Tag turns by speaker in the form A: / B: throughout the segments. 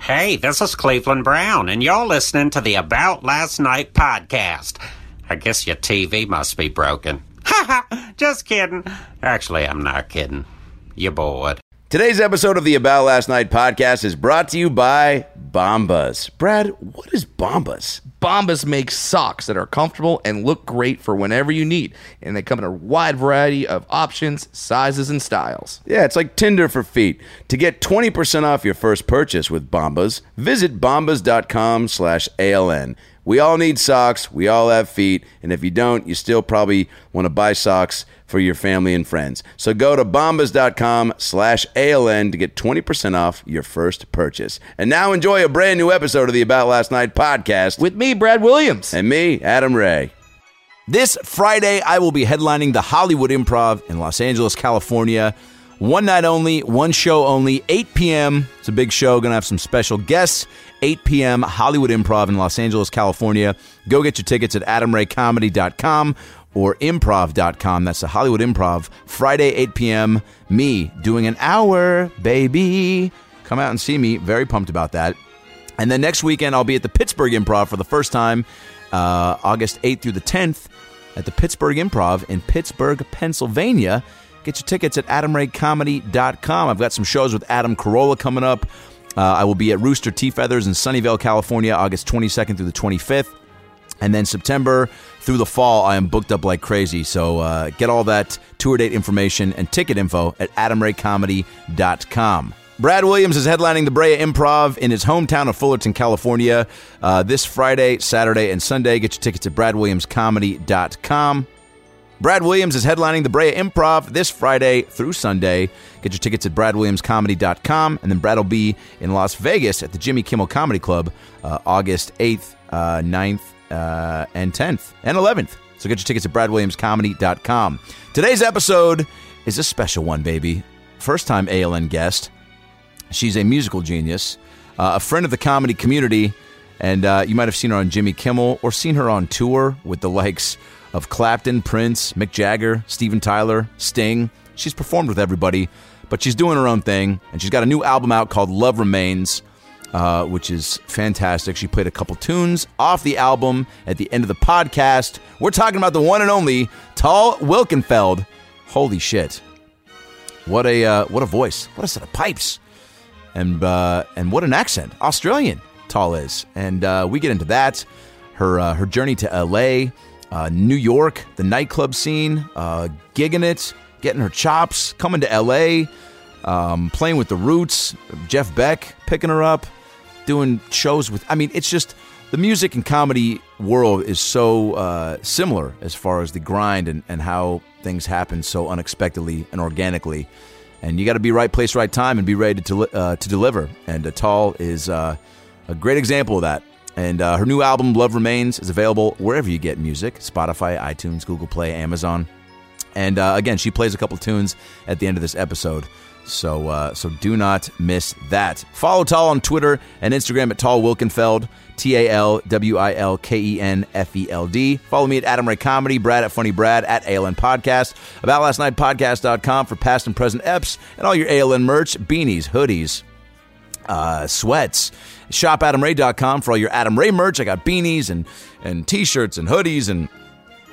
A: Hey, this is Cleveland Brown, and you're listening to the About Last Night podcast. I guess your TV must be broken. Ha ha! Just kidding. Actually, I'm not kidding. You're bored.
B: Today's episode of the About Last Night podcast is brought to you by Bombas. Brad, what is Bombas?
C: Bombas makes socks that are comfortable and look great for whenever you need, and they come in a wide variety of options, sizes, and styles.
B: Yeah, it's like Tinder for feet. To get 20% off your first purchase with Bombas, visit bombas.com slash ALN. We all need socks. We all have feet. And if you don't, you still probably want to buy socks for your family and friends. So go to bombas.com slash ALN to get 20% off your first purchase. And now enjoy a brand new episode of the About Last Night podcast
C: With me, Brad Williams.
B: and me, Adam Ray. This Friday, I will be headlining the Hollywood Improv in Los Angeles, California. One night only, one show only, 8 p.m. It's a big show. Gonna have some special guests. 8 p.m. Hollywood Improv in Los Angeles, California. Go get your tickets at adamraycomedy.com or improv.com. That's the Hollywood Improv. Friday, 8 p.m. Me doing an hour, baby. Come out and see me. Very pumped about that. And then next weekend, I'll be at the Pittsburgh Improv for the first time, uh, August 8th through the 10th, at the Pittsburgh Improv in Pittsburgh, Pennsylvania. Get your tickets at adamraycomedy.com. I've got some shows with Adam Carolla coming up. Uh, I will be at Rooster Tea Feathers in Sunnyvale, California, August 22nd through the 25th. And then September through the fall, I am booked up like crazy. So uh, get all that tour date information and ticket info at adamraycomedy.com. Brad Williams is headlining the Brea Improv in his hometown of Fullerton, California, uh, this Friday, Saturday, and Sunday. Get your tickets at bradwilliamscomedy.com. Brad Williams is headlining the Brea Improv this Friday through Sunday. Get your tickets at bradwilliamscomedy.com. And then Brad will be in Las Vegas at the Jimmy Kimmel Comedy Club uh, August 8th, uh, 9th, uh, and 10th, and 11th. So get your tickets at bradwilliamscomedy.com. Today's episode is a special one, baby. First time ALN guest. She's a musical genius, uh, a friend of the comedy community, and uh, you might have seen her on Jimmy Kimmel or seen her on tour with the likes of Clapton, Prince, Mick Jagger, Steven Tyler, Sting. She's performed with everybody, but she's doing her own thing, and she's got a new album out called Love Remains. Uh, which is fantastic. She played a couple tunes off the album at the end of the podcast. We're talking about the one and only Tal Wilkenfeld. Holy shit! What a uh, what a voice! What a set of pipes! and uh, and what an accent, Australian Tall is, and uh, we get into that, her uh, her journey to L.A., uh, New York, the nightclub scene, uh, gigging it, getting her chops, coming to L.A., um, playing with the Roots, Jeff Beck picking her up, doing shows with. I mean, it's just the music and comedy world is so uh, similar as far as the grind and, and how things happen so unexpectedly and organically. And you got to be right place, right time, and be ready to deli- uh, to deliver. And Atal is uh, a great example of that. And uh, her new album, Love Remains, is available wherever you get music Spotify, iTunes, Google Play, Amazon. And uh, again, she plays a couple tunes at the end of this episode. So uh, so do not miss that. Follow Tal on Twitter and Instagram at Tal Wilkenfeld, T A L W I L K E N F E L D. Follow me at Adam Ray Comedy, Brad at Funny Brad, at ALN Podcast, about last night podcast.com for past and present EPs, and all your ALN merch, beanies, hoodies, uh, sweats. ShopAdamRay.com for all your Adam Ray merch. I got beanies and, and t shirts and hoodies and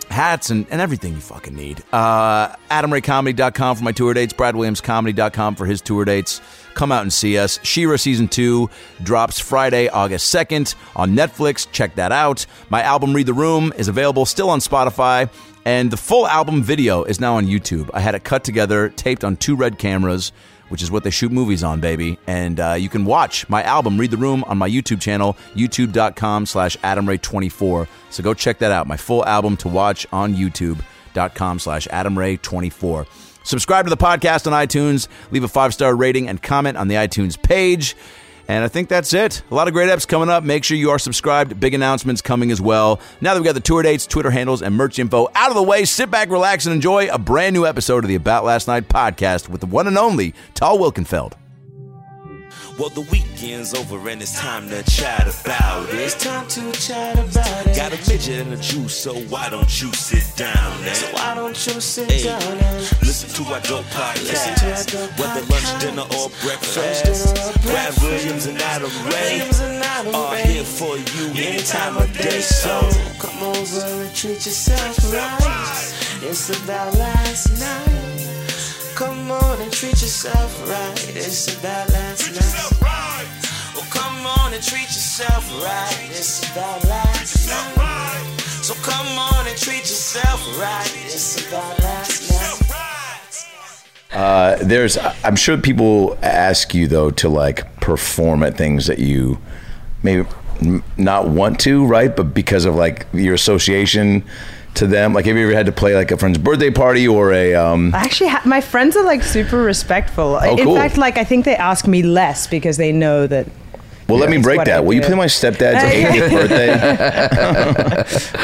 B: hats and, and everything you fucking need. Uh, AdamRayComedy.com for my tour dates, BradWilliamsComedy.com for his tour dates. Come out and see us. Shira Season 2 drops Friday, August 2nd on Netflix. Check that out. My album, Read the Room, is available still on Spotify. And the full album video is now on YouTube. I had it cut together, taped on two red cameras which is what they shoot movies on, baby. And uh, you can watch my album, Read the Room, on my YouTube channel, youtube.com slash adamray24. So go check that out. My full album to watch on youtube.com slash adamray24. Subscribe to the podcast on iTunes, leave a five-star rating, and comment on the iTunes page. And I think that's it. A lot of great apps coming up. Make sure you are subscribed. Big announcements coming as well. Now that we've got the tour dates, Twitter handles, and merch info out of the way, sit back, relax, and enjoy a brand new episode of the About Last Night podcast with the one and only Tal Wilkenfeld.
D: Well, the weekend's over and it's time to chat about it. It's time to chat about it. Got a midget and a Jew, so why don't you sit down? And so why don't you sit down? listen to our dope podcast. Whether lunch, dinner, or breakfast, Brad Williams and Adam Ray are here for you any time of day. So
E: Come over and treat yourself right. It's about last night. Come on and treat yourself right. It's about last night. Oh, come on and treat yourself right. It's about last night. So come on and treat yourself right. It's about last night.
F: there's i'm sure people ask you though to like perform at things that you maybe n- not want to right but because of like your association to them like have you ever had to play like a friend's birthday party or a um
G: Actually, ha- my friends are like super respectful.
F: Oh,
G: In
F: cool.
G: fact, like I think they ask me less because they know that.
F: well let me
G: That's
F: break
G: what I
F: that will you
G: do.
F: play my stepdad's
G: Hey.
F: 80th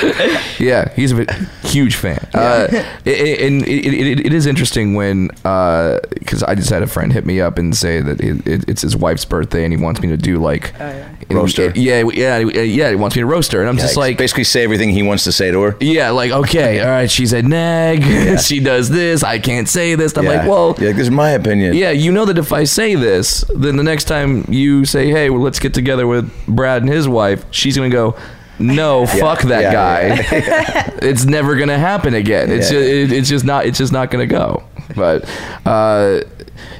F: birthday
C: Yeah, he's a bit- huge fan. Uh, i- i- and it, it, it is interesting when because I just had a friend hit me up and say that it, it, it's his wife's birthday and he wants me to do like and-
F: Roaster.
C: yeah, yeah, yeah. He wants me to roast her, and I'm just like.
F: basically say everything he wants to say to her
C: yeah, like okay, all right. She's a nag. she does this. I can't say this. I'm like, well,
F: yeah this is my opinion
C: yeah, you know that if I say this, then the next time you say, "Hey, well, let's get together with Brad and his wife," she's gonna go, "No, fuck that
F: yeah,
C: guy. it's never gonna happen again. It's
F: Yeah.
C: just, it, it's just not. It's just not gonna go." But uh,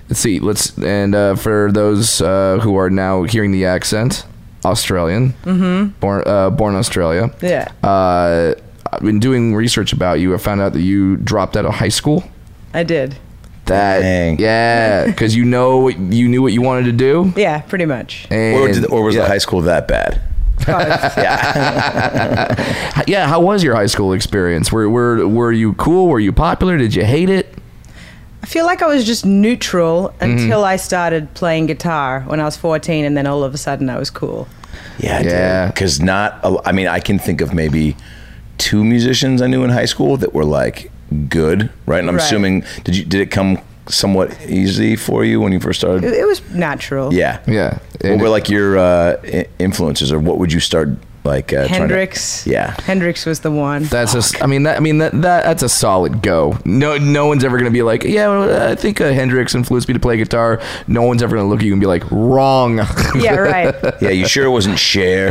C: let's see. Let's and uh, for those uh, who are now hearing the accent, Australian, mm-hmm. born uh, born Australia.
G: Yeah.
C: Uh, I've been doing research about you. I found out that you dropped out of high school.
G: I did.
C: That
F: Dang.
C: yeah, because you know what- you knew what you wanted to do.
G: Yeah, pretty much.
C: And,
F: or, did, or was
C: yeah.
F: the high school that bad
C: H- yeah? How was your high school experience? Were were were you cool? Were you popular? Did you hate it?
G: I feel like I was just neutral
F: Mm-hmm.
G: until I started playing guitar when I was 14, and then all of a sudden I was cool.
F: Yeah,
C: Yeah.
F: Because not, a, I mean, I can think of maybe two musicians I knew in high school that were like good, right? And I'm
G: Right.
F: assuming did you did it come somewhat easy for you when you first
G: It,
F: started?
G: it was natural.
F: Yeah,
C: Yeah.
F: What were like your uh, i- influences, or what would you start like? Uh, trying to-
G: Hendrix.
F: yeah.
G: Hendrix was the one.
C: That's just. I mean that. I mean that, that. That's a solid go. No, no one's ever gonna be like, yeah. well, I think uh, Hendrix influenced me to play guitar. No one's ever gonna look at you and be like, wrong.
G: yeah, right.
F: yeah, you sure it wasn't share?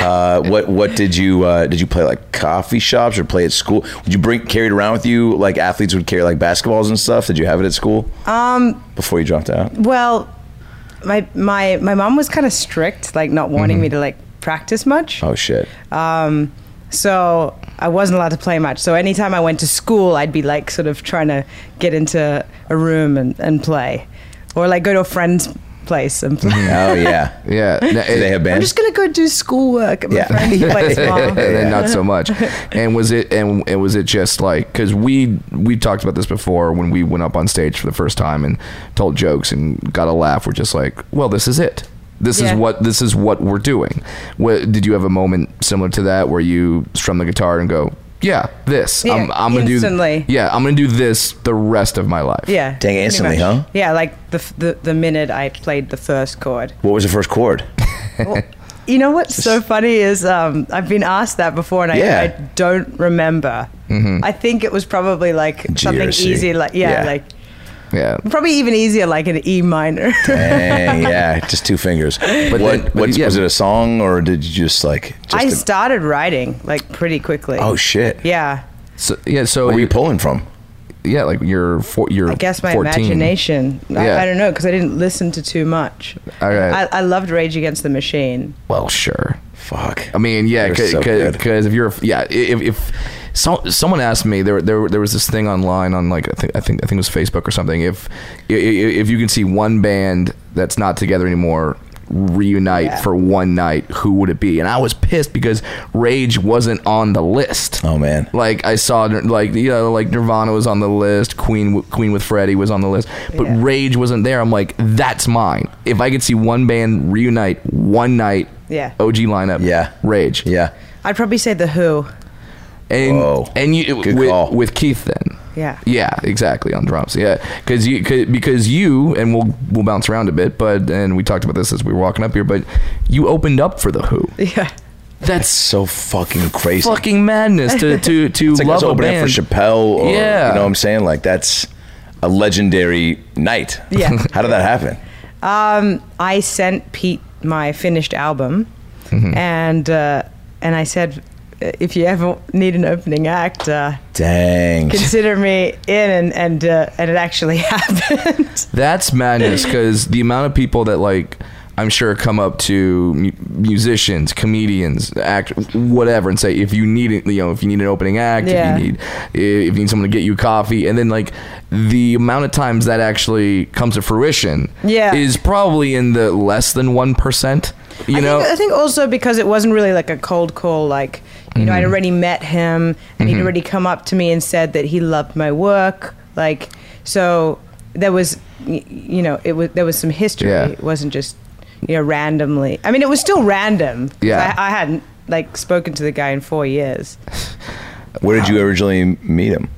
F: uh, what What did you uh, did you play like coffee shops or play at school? Would you bring carry it around with you like athletes would carry like basketballs and stuff? Did you have it at school? Um, before you dropped out.
G: Well, my my my mom was kind of strict, like not wanting me to like practice much.
F: Mm-hmm.
G: Um,
F: Oh shit.
G: So I wasn't allowed to play much. So anytime I went to school, I'd be like sort of trying to get into a room and, and play, or like go to a friend's place and play.
F: Oh yeah.
C: yeah.
F: Do they have
G: I'm
F: bands?
G: just gonna go do schoolwork at my
F: Yeah.
G: friend's place, mom.
C: and then not so much. And was it and, and was it just like because we we talked about this before when we went up on stage for the first time and told jokes and got a laugh. We're just like, well, this is it. This
G: Yeah.
C: is what this is what we're doing. What, did you have a moment similar to that where you strum the guitar and go, yeah, this. I'm,
G: Yeah,
C: I'm gonna
G: instantly.
C: do. Yeah, I'm gonna do this the rest of my life.
G: Yeah. pretty
F: instantly,
G: much.
F: huh?
G: Yeah, like the, f- the the minute I played the first chord.
F: What was the first chord?
G: You know what's so funny is um, I've been asked that before, and I,
F: Yeah. Mm-hmm.
G: I don't remember. I think it was probably like something
F: GRC.
G: easy, like yeah,
F: Yeah.
G: like
C: yeah.
G: probably even easier, like an E minor.
F: Dang, yeah, just two fingers. But what?
C: then- but
F: what
C: yeah.
F: was it? A song, or did you just like? Just
G: I
F: a-
G: started writing like pretty quickly.
F: oh shit!
G: yeah,
C: So yeah. So
F: Where were you
C: you,
F: pulling from?
C: yeah, like you're four. You're.
G: I guess my
C: 14.
G: imagination.
C: Yeah.
G: I, I don't know because I didn't listen to too much.
C: All right.
G: I, I loved Rage Against the Machine.
C: Well, sure.
F: Fuck.
C: I mean, yeah,
F: They're so
C: because
F: good.
C: if you're, yeah, if, if so, someone asked me, there, there, there was this thing online on like I think, I think, I think it was Facebook or something. If i- i- if you can see one band that's not together anymore reunite for one night, who would it be? And I was pissed because Rage wasn't on the list.
F: Oh, man.
C: Like I saw, like you know, like Nirvana was on the list, Queen, w- Queen with Freddie was on the list, but
G: Yeah.
C: Rage wasn't there. I'm like, that's mine. If I could see one band reunite one night,
G: Yeah.
C: OG lineup,
F: Yeah.
C: Rage.
F: yeah.
G: I'd probably say the Who.
C: And
F: Whoa.
C: and you
F: Good
C: with,
F: call.
C: with Keith then.
G: Yeah.
C: Yeah, exactly on drums. Yeah, because you cause, because you and we'll we'll bounce around a bit, but and we talked about this as we were walking up here, but you opened up for the Who.
G: Yeah.
C: That's
F: So fucking crazy.
C: fucking madness to to to
F: it's like
C: love
F: us
C: a
F: opening
C: band.
F: up for Chappelle. Or,
C: Yeah.
F: You know what I'm saying? Like that's a legendary night.
G: Yeah.
F: How did that happen?
G: Um, I sent Pete my finished album, and uh, and I said, if you ever need an opening act, uh,
F: Dang.
G: consider me in, and and uh, and it actually happened.
C: That's madness because the amount of people that like I'm sure come up to mu- musicians, comedians, act whatever, and say if you need it, you know, if you need an opening act,
G: Yeah.
C: if you need if you need someone to get you coffee, and then like the amount of times that actually comes to fruition,
G: Yeah.
C: is probably in the less than one percent. You know,
G: I think also because it wasn't really like a cold call. Like you know,
C: Mm-hmm.
G: I'd already met him, and he'd already come up to me and said that he loved my work. Like so, there was y- you know, it was there was some history.
C: Yeah.
G: It wasn't just you know randomly. I mean, it was still random. 'cause
C: Yeah.
G: I, I hadn't like spoken to the guy in four years.
F: Where did you originally meet him?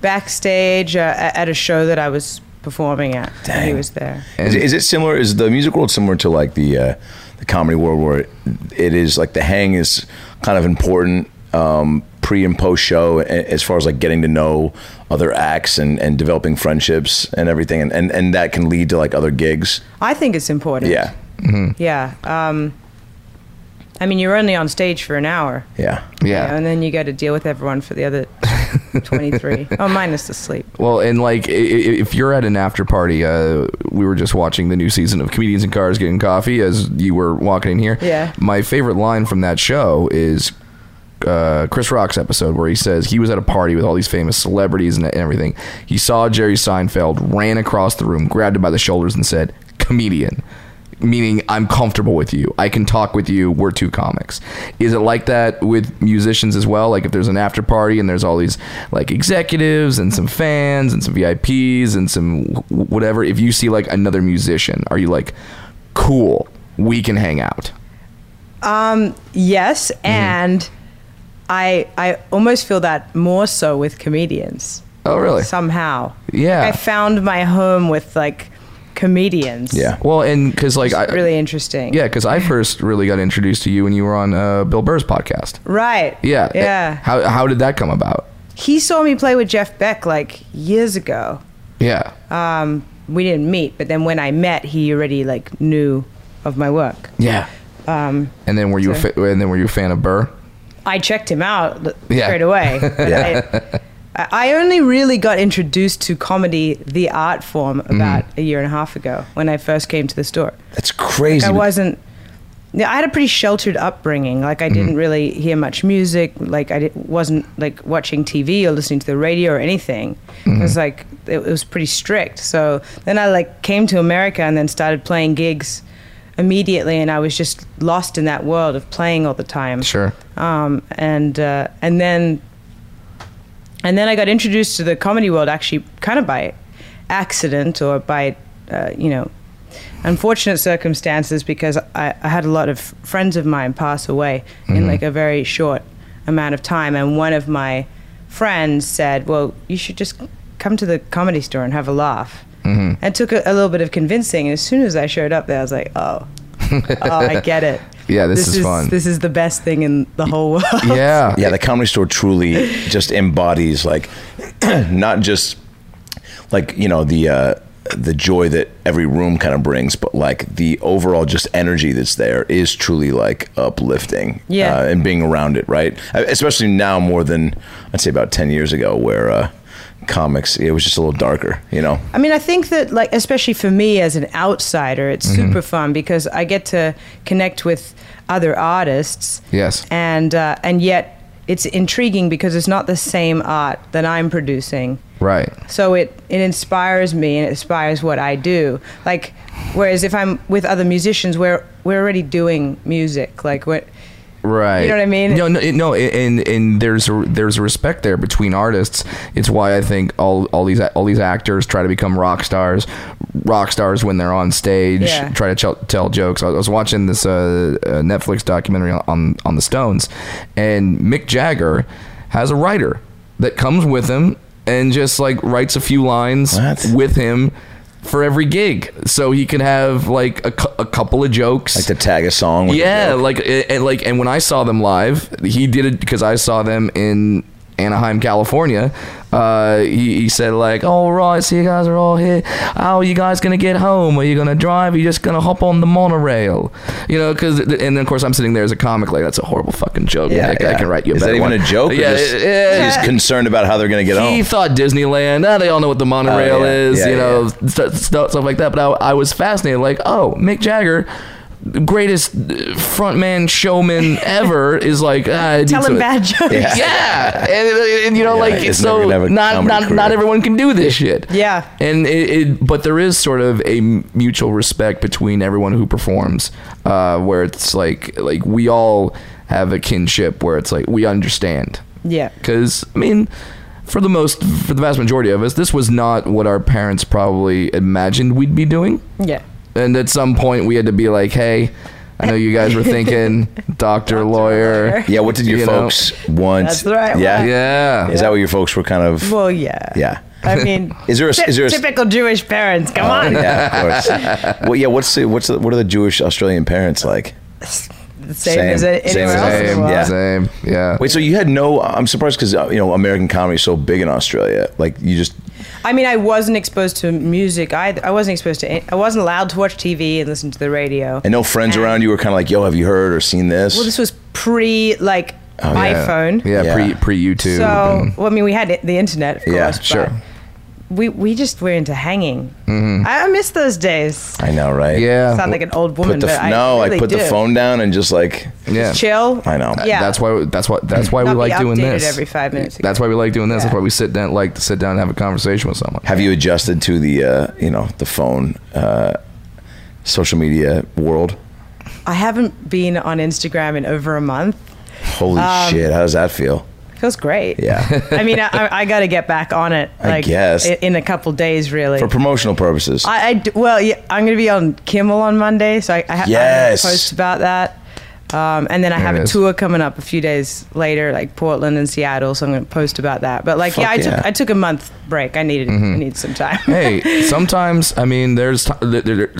G: Backstage uh, a- at a show that I was performing at, and he
F: Dang.
G: was there.
F: Is, it- is it similar? Is the music world similar to like the uh, the comedy world, where it, it is like the hang is kind of important um, pre and post show, a- as far as like getting to know other acts and, and developing friendships and everything, and, and and that can lead to like other gigs.
G: I think it's important.
F: Yeah,
G: Yeah. Um, I mean, you're only on stage for an hour.
F: yeah.
C: yeah.
G: and then you got to deal with everyone for the other 23. oh, minus the sleep.
C: Well, and like i- i- if you're at an after party, uh, we were just watching the new season of Comedians in Cars Getting Coffee as you were walking in here.
G: Yeah.
C: My favorite line from that show is uh, Chris Rock's episode where he says he was at a party with all these famous celebrities and everything. He saw Jerry Seinfeld, ran across the room, grabbed him by the shoulders, and said, "Comedian." Meaning, I'm comfortable with you. I can talk with you. We're two comics. Is it like that with musicians as well? Like, if there's an after party and there's all these like executives and some fans and some VIPs and some wh- whatever, if you see like another musician, are you like, cool, we can hang out?
G: Yes,
C: Mm-hmm.
G: and I I almost feel that more so with comedians
C: Oh, really?
G: somehow.
C: Yeah.
G: Like, I found my home with like comedians.
F: Yeah.
C: Well, and because like, I,
G: It's really interesting.
C: Yeah, because I first really got introduced to you when you were on uh, Bill Burr's podcast.
G: Right.
C: Yeah. eh,
G: Yeah.
C: How, how did that come about?
G: He saw me play with Jeff Beck like years ago.
C: Yeah.
G: We didn't meet, but then when I met, he already like knew of my work.
C: yeah. Um, and then were you a fa- and then were you a fan of Burr?
G: I checked him out l-
C: Yeah.
G: straight away. But
F: Yeah.
G: I, I only really got introduced to comedy, the art form,
C: Mm-hmm.
G: about a year and a half ago when I first came to the store.
F: That's crazy.
G: I wasn't. Yeah, I had a pretty sheltered upbringing. Like
C: Mm-hmm.
G: I didn't really hear much music. Like I di- wasn't like watching TV or listening to the radio or anything.
C: Mm-hmm.
G: It was like it, it was pretty strict. So then I like came to America and then started playing gigs immediately, and I was just lost in that world of playing all the time
C: Sure.
G: um, and uh, and then and then I got introduced to the comedy world actually kind of by accident or by uh, you know unfortunate circumstances because I, I had a lot of friends of mine pass away
C: Mm-hmm.
G: in like a very short amount of time and one of my friends said well you should just come to the comedy store and have a laugh mm-hmm. it took a, a little bit of convincing and as soon as I showed up there I was like oh oh I get it
C: Yeah, this is fun.
G: this is the best thing in the whole world
C: Yeah.
F: yeah the comedy store truly just embodies like not just like you know the uh the joy that every room kind of brings but like the overall just energy that's there is truly like uplifting
G: Yeah.
F: uh, and being around it right Uh, especially now more than i'd say about 10 years ago where uh comics it was just a little darker you know
G: I mean, I think that, like, especially for me as an outsider, it's
C: Mm-hmm.
G: super fun because I get to connect with other artists.
C: Yes.
G: And uh, and yet it's intriguing because it's not the same art that I'm producing.
C: Right.
G: So it it inspires me and it inspires what I do. Like, whereas if I'm with other musicians, we're we're already doing music. Like, what?
C: Right.
G: You know what I mean?
C: No, no, it- no, and and there's a, there's a respect there between artists. It's why I think all all these all these actors try to become rock stars. Rock stars when they're on stage
G: Yeah.
C: try to tell, tell jokes. I was watching this uh, uh, Netflix documentary on on the Stones, and Mick Jagger has a writer that comes with him and just like writes a few lines
F: What?
C: with him for every gig, so he can have like a, cou- a couple of jokes.
F: Like to tag a song. With a
C: yeah,
F: joke.
C: like a- and like and when I saw them live, he did it because I saw them in Anaheim, California. Uh, he, he said like, "All right, so you guys are all here. How are you guys gonna get home? Are you gonna drive? Are you just gonna hop on the monorail? You know, because and then of course I'm sitting there as a comic, like that's a horrible fucking joke.
F: Yeah,
C: Nick. I
F: yeah.
C: can write you a
F: Is that
C: better
F: even
C: one."
F: a joke or
C: Yeah,
F: just-
C: it- it-
F: He's concerned about how they're gonna get
C: he
F: home.
C: thought Disneyland. Ah, they all know what the monorail
F: Oh, yeah.
C: is,
F: Yeah,
C: you
F: yeah,
C: know,
F: yeah.
C: st- st- stuff like that. But I, I was fascinated, like, oh, Mick Jagger, greatest uh, frontman showman ever, is like ah,
G: Telling bad jokes.
C: Yeah, And, and you know,
F: Yeah,
C: like
F: it's never
C: so,
F: gonna have a
C: not
F: comedy
C: not
F: career.
C: not everyone can do this shit.
G: Yeah.
C: and it, it, but there is sort of a mutual respect between everyone who performs, uh, where it's like like we all have a kinship where it's like we understand
G: Yeah.
C: because I mean, for the most, for the vast majority of us, this was not what our parents probably imagined we'd be doing.
G: Yeah.
C: And at some point, we had to be like, "Hey, I know you guys were thinking doctor, lawyer."
F: yeah. What did your
C: You know.
F: folks want?
G: That's the right
F: Yeah.
G: one.
C: Yeah.
F: Is that what your folks were kind of?
G: Well, yeah.
F: yeah.
G: I mean,
F: Is there a-
G: ty-
F: is there a-
G: typical Jewish parents? Come
F: Oh,
G: on,
F: yeah, of course. well, yeah. What's the, what's the, what are the Jewish Australian parents like?
G: same, as
F: Oh, Same.
G: a-
F: Same
G: anywhere
F: as
G: else in the
C: Same,
G: world.
F: yeah.
C: same, yeah.
F: Wait, so you had no? I'm surprised because you know American comedy is so big in Australia. Like you just
G: I mean, I wasn't exposed to music. either. I wasn't exposed to. any- I wasn't allowed to watch TV and listen to the radio.
F: and no friends
G: And-
F: around you were kind of like, yo, have you heard or seen this?
G: Well, this was pre like iPhone.
C: yeah,
F: Oh, Yeah.
C: pre pre YouTube.
G: So,
C: and-
G: well, I mean, we had it- the internet, of course.
F: Yeah,
G: but
C: sure.
G: We we just were into hanging. I I miss those days.
F: I know, right?
C: yeah,
G: Sound like an old woman,
F: Mm-hmm. Put the
G: but I
F: no,
G: really
F: like put the
G: do.
F: phone down and just like
C: yeah.
G: Chill.
F: I know.
G: Yeah.
C: That's why. That's why. That's why we
G: Not be
C: like doing
G: updated
C: this.
G: every five minutes.
C: That's why we like doing this. That's
G: Yeah.
C: why we sit down, like to sit down and have a conversation with someone.
F: Have you adjusted to the uh, you know the phone uh, social media world?
G: I haven't been on Instagram in over a month.
F: Holy
G: Um,
F: shit! How does that feel?
G: Feels great.
F: Yeah,
G: I mean, I, I, I got to get back on it.
F: I
G: Like,
F: guess.
G: i- in a couple days, really.
F: for promotional purposes.
G: I, I d- well, yeah, I'm going to be on Kimmel on Monday, so I, I, ha-
F: Yes.
G: I have a post about that. Um, and then I
C: There
G: have
C: it
G: a
C: is.
G: tour coming up a few days later, like Portland and Seattle. So I'm going to post about that. But like,
F: Fuck
G: yeah, I
F: yeah. Mm-hmm.
G: took I took a month break. I needed I needed some time.
C: hey, sometimes I mean, there's t- there- there-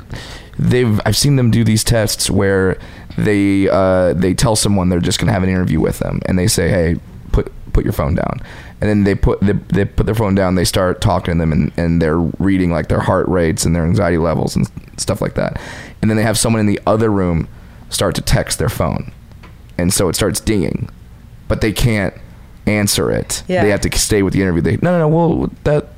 C: they've I've seen them do these tests where they uh, they tell someone they're just gonna have an interview with them, and they say, hey, put put your phone down, and then they put they, they put their phone down, they start talking to them, and, and they're reading like their heart rates and their anxiety levels and stuff like that, and then they have someone in the other room start to text their phone, and so it starts dinging, but they can't answer it.
G: Yeah.
C: They have to stay with the interview. They no no no. Well that,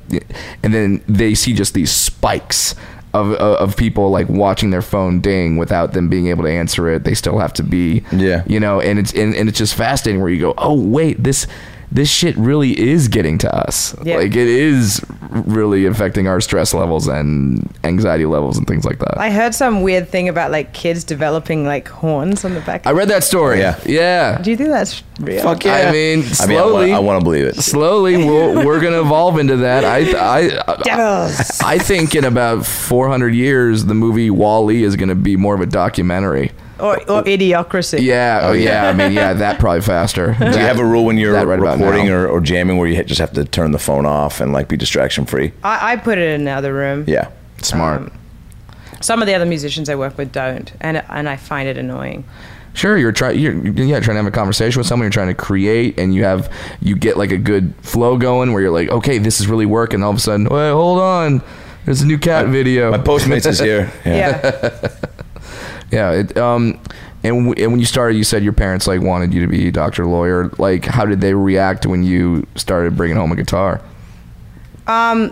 C: and then they see just these spikes of of, of people like watching their phone ding without them being able to answer it. They still have to be
F: Yeah.
C: you know. And it's and, and it's just fascinating where you go oh wait this. This shit really is getting to us.
G: Yeah.
C: Like it is really affecting our stress levels and anxiety levels and things like that.
G: I heard some weird thing about like kids developing like horns on the back.
C: I read that story.
F: Yeah.
C: Yeah.
G: Do you think that's real?
F: Fuck yeah!
C: I mean,
F: I mean, I
C: slowly-
F: wanna- I want to believe it.
C: slowly we'll, we're gonna evolve into that I, I
G: Devils.
C: i think in about 400 years the movie wall-e is gonna be more of a documentary
G: or or idiocracy.
C: yeah oh yeah i mean yeah that probably faster
F: Do you have a rule when you're
C: that right about
F: recording
C: now.
F: or, or jamming where you ha- just have to turn the phone off and like be distraction free?
G: I, I put it in another room.
F: Yeah.
C: smart
G: Some of the other musicians I work with don't, and and I find it annoying.
C: sure you're trying you're yeah trying to have a conversation with someone you're trying to create and you have you get like a good flow going where you're like okay this is really working all of a sudden wait hold on there's a new cat video
F: My Postmates is here.
G: Yeah.
C: Yeah. It, um, and, w- and when you started, you said your parents like wanted you to be a doctor, lawyer. Like, how did they react when you started bringing home a guitar?
G: my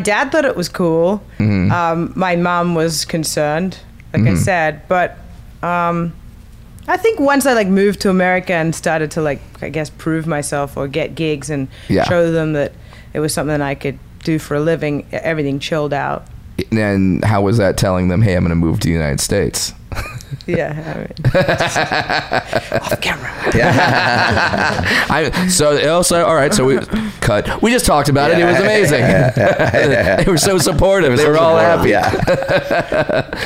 G: dad thought it was cool.
C: Mm-hmm.
G: Um, my mom was concerned, like I said, but um, I think once I like moved to America and started to like I guess prove myself or get gigs and
C: Yeah.
G: show them that it was something I could do for a living, e, everything chilled out.
C: And how was that telling them, hey, I'm going to move to the United States?
G: Yeah, I mean, off camera.
C: I so also all right. So we cut. We just talked about it. It was amazing. they were so supportive. They were all happy.
F: Yeah.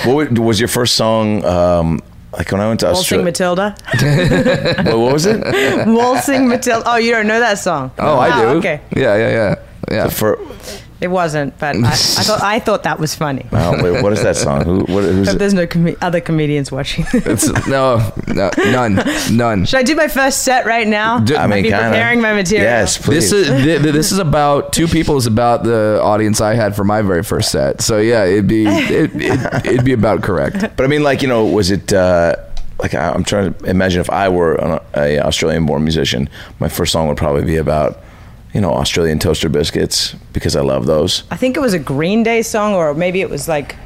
F: what wa- was your first song? Um, like when I went to
G: Waltzing
F: Australia.
G: Matilda.
F: what, what was it?
G: Waltzing Matilda. Oh, you don't know that song?
C: Oh, I do.
G: Okay,
C: Yeah, yeah, yeah, yeah.
F: For
G: it wasn't, but I, I thought I thought that was funny.
F: oh, wait, what is that song? Who? What, who's
G: Hope
F: it?
G: there's no com- other comedians watching.
C: It's- no, no, none, none.
G: Should I do my first set right now?
C: Do-
F: I
C: I'd
F: mean,
G: be
F: kinda.
G: preparing my material.
F: Yes, please.
C: This is th- th- this is about two people is about the audience I had for my very first set. So yeah, it'd be it, it, it'd be about correct.
F: But I mean, like you know, was it uh, like I, I'm trying to imagine if I were an, a Australian-born musician, my first song would probably be about you know Australian toaster biscuits because I love those.
G: I think it was a Green Day song, or maybe it was like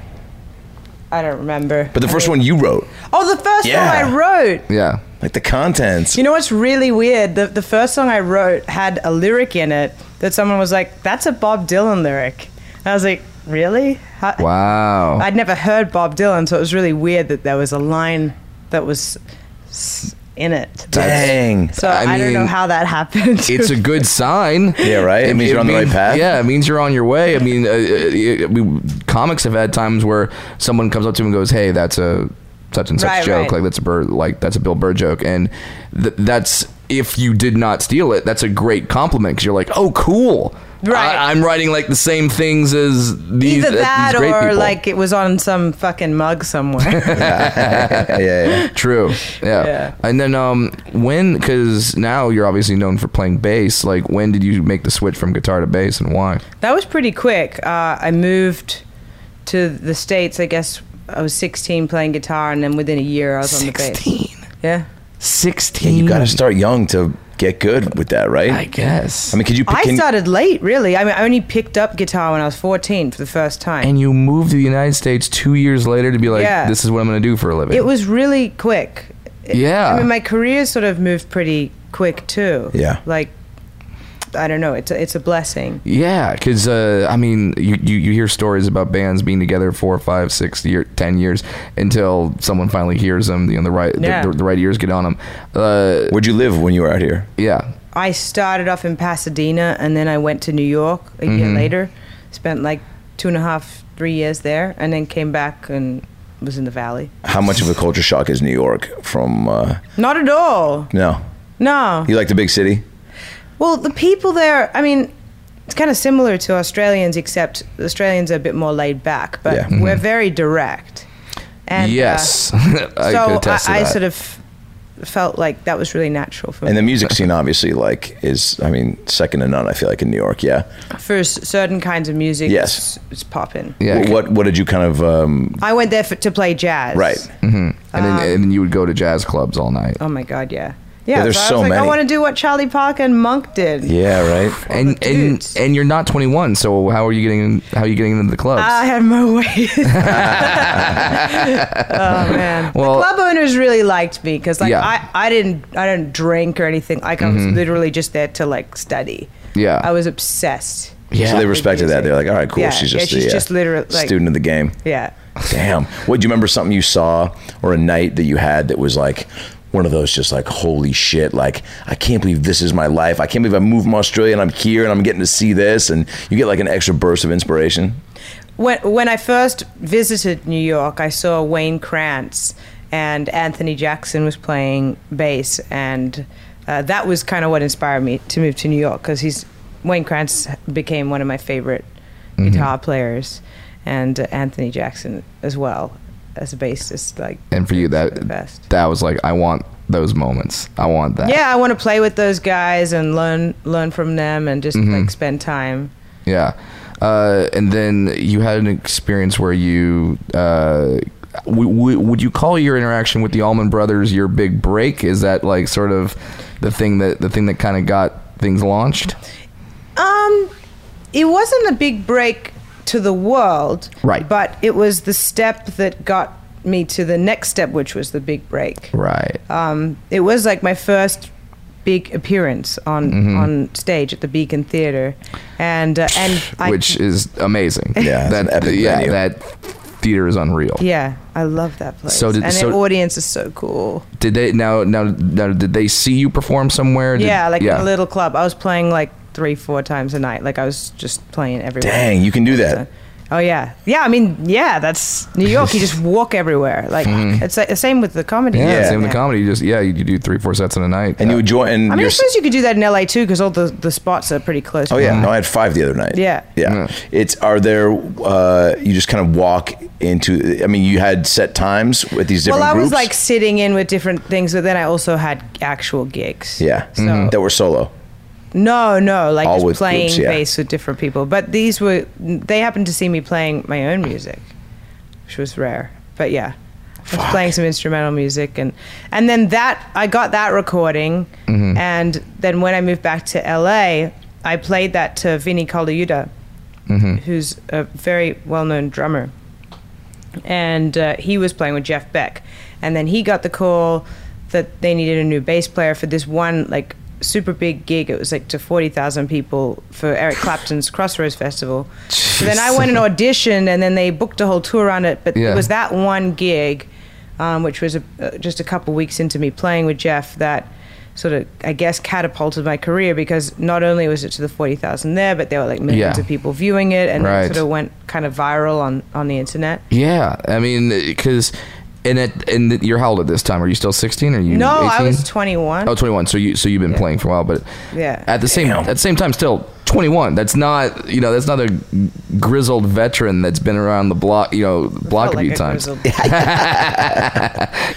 G: I don't remember.
F: But the first one you wrote,
G: oh, the first
F: Yeah.
G: song I wrote.
C: Yeah.
F: like the contents.
G: You know what's really weird? The the first song I wrote had a lyric in it that someone was like, "That's a Bob Dylan lyric." And I was like, "Really?" How-
C: Wow.
G: I'd never heard Bob Dylan, so it was really weird that there was a line that was s- in it.
F: Dang.
G: So
C: I
G: I, don't know
C: mean,
G: how that happened.
C: it's a good sign.
F: Yeah, right? It means you're on the right
C: mean-
F: path.
C: Yeah, it means you're on your way. I mean, uh, uh, uh, we, comics have had times where someone comes up to him and goes, "Hey, that's a such and such
G: Right,
C: joke.
G: right.
C: Like that's a bird. Like that's a Bill Burr joke." And th- that's if you did not steal it, that's a great compliment because you're like, "Oh, cool."
G: Right.
C: I, am writing like the same things as these,
G: Either
C: uh,
G: that
C: these great
G: or
C: people.
G: like it was on some fucking mug somewhere.
F: yeah, yeah.
C: True. Yeah.
G: Yeah.
C: And then um, when? Because now you're obviously known for playing bass. Like, when did you make the switch from guitar to bass, and why?
G: That was pretty quick. Uh, I moved to the States, I guess I was 16 playing guitar, and then within a year I was on the bass.
C: 16.
G: Yeah.
C: 16.
F: Yeah, you got to start young to get good with that, right?
C: I
F: I,
C: guess.
F: mean, could you?
G: I
F: can-
G: started late, really. I mean, I only picked up guitar when I was 14 for the first time.
C: and you moved to the United States two years later to be like,
G: Yeah.
C: this is what I'm going to do for a living.
G: it was really quick.
C: yeah.
G: I mean, my career sort of moved pretty quick, too.
F: Yeah.
G: Like, I don't know. It's a, it's a blessing.
C: yeah, because uh, I mean, you, you, you hear stories about bands being together four, five, six, year, ten years until someone finally hears them. You know, the right
G: Yeah.
C: the, the, the right ears get on them. Uh,
F: Where'd you live when you were out here?
C: yeah,
G: I started off in Pasadena and then I went to New York a
C: Mm-hmm.
G: year later. Spent like two and a half, three years there, and then came back and was in the valley.
F: How much of a culture shock is New York from? Uh,
G: Not at all.
F: no,
G: No.
F: you like the big city.
G: Well, the people there, I mean, it's kind of similar to Australians, except Australians are a bit more laid back, but
F: Yeah. Mhm.
G: we're very direct. And, uh,
C: Mm-hmm. yes. I
G: so
C: could attest to
G: I, I
C: that.
G: sort of felt like that was really natural for me.
F: And the music scene, obviously, like is I mean, second to none. I feel like in New York, yeah.
G: for s- certain kinds of music,
F: Yes.
G: it's, it's popping.
C: yeah,
F: Wh- What what did you kind of um,
G: I went there for, to play jazz.
F: right?
C: and
G: um,
C: then and then you would go to jazz clubs all night.
G: Oh my God, yeah. Yeah,
F: there's
G: so I
F: so
G: was like, I
F: many.
G: want to do what Charlie Parker and Monk did.
F: Yeah,
G: Oh,
F: right.
C: and and
G: dudes.
C: and you're not 21, so how are you getting how are you getting into the clubs?
G: I had my way. oh man!
C: Well-
G: the club owners really liked me because, like,
C: Yeah.
G: I, I didn't I didn't drink or anything. Like, I was literally just there to like study.
C: yeah,
G: I was obsessed.
F: So they respected that. They're like, all right, cool.
G: Yeah,
F: she's
G: yeah,
F: just
G: she's
F: the, uh,
G: just literally, like-
F: student of the game.
G: Yeah.
F: Damn. What do you remember something you saw or a night that you had that was like one of those just like holy shit like I can't believe this is my life. I can't believe I moved from Australia and I'm here and I'm getting to see this and you get like an extra burst of inspiration.
G: When when I first visited New York, I saw Wayne Krantz and Anthony Jackson was playing bass, and uh, that was kind of what inspired me to move to New York because he's Wayne Krantz became one of my favorite
C: Mm-hmm.
G: guitar players, and uh, Anthony Jackson as well as a bassist. Like,
C: and for you
G: the
C: that
G: best.
C: that was like I want those moments. I want that.
G: yeah, I want to play with those guys and learn learn from them and just
C: Mm-hmm.
G: like spend time.
C: Yeah. Uh, and then you had an experience where you. Uh, w- w- would you call your interaction with the Allman Brothers your big break? Is that like sort of the thing that the thing that kind of got things launched?
G: Um, it wasn't a big break to the world,
C: Right.
G: But it was the step that got me to the next step, which was the big break.
C: Right.
G: Um, it was like my first big appearance on
C: Mm-hmm.
G: on stage at the Beacon Theater, and uh, and I,
C: Which is amazing.
F: Yeah, it's
C: That
F: an epic
C: yeah
F: venue.
C: that theater is unreal.
G: yeah, I love that place.
C: So did-
G: and
C: so-
G: the audience is so cool.
C: Did they now now now did they see you perform somewhere? Did-
G: yeah, like in a little club. I was playing like three, four times a night. Like I was just playing everywhere.
F: Dang, you can do that.
G: Oh yeah, yeah. I mean, yeah. That's New York. You just walk everywhere. Like it's like, the same with the comedy.
C: Yeah,
F: Hmm. Yeah.
C: same with the comedy. You just yeah, you, you do three, four sets in a night.
F: And you would join. And
G: I mean, I
F: you're s-
G: suppose you could do that in LA too, because all the, the spots are pretty close.
F: Oh yeah, no, I had five the other night.
G: Yeah.
F: yeah. It's are there? Uh, you just kind of walk into. I mean, you had set times with these different.
G: Well, I was
F: groups?
G: like sitting in with different things, but then I also had actual gigs.
F: yeah,
G: So
F: that were solo.
G: no, no, like
F: All
G: just
F: with
G: playing
F: groups, yeah.
G: bass with different people. But these were they happened to see me playing my own music, which was rare. But yeah, I was playing some instrumental music, and and then that I got that recording,
F: Mm-hmm.
G: and then when I moved back to LA, I played that to Vinnie Colaiuta, who's a very well-known drummer and uh, he was playing with Jeff Beck. And then he got the call that they needed a new bass player for this one like super big gig. It was like to forty thousand people for Eric Clapton's Crossroads Festival. So then I went and auditioned, and then they booked a whole tour around it. But
C: Yeah.
G: it was that one gig, um, which was a, uh, just a couple weeks into me playing with Jeff, that sort of I guess catapulted my career because not only was it to the forty thousand there, but there were like millions
C: Yeah.
G: of people viewing it, and
C: Right.
G: it sort of went kind of viral on on the internet.
C: Yeah, I mean, because and it and you're how old at this time? Are you still 16? Or are you?
G: No,
C: 18?
G: I was 21.
C: Oh, 21. So you so you've been playing for a while, but
G: Yeah.
C: at the same at the same time, still 21. That's not you know that's not a grizzled veteran that's been around the block you know block
G: Felt
C: a
G: like
C: few
G: a
C: times.
G: grizzled-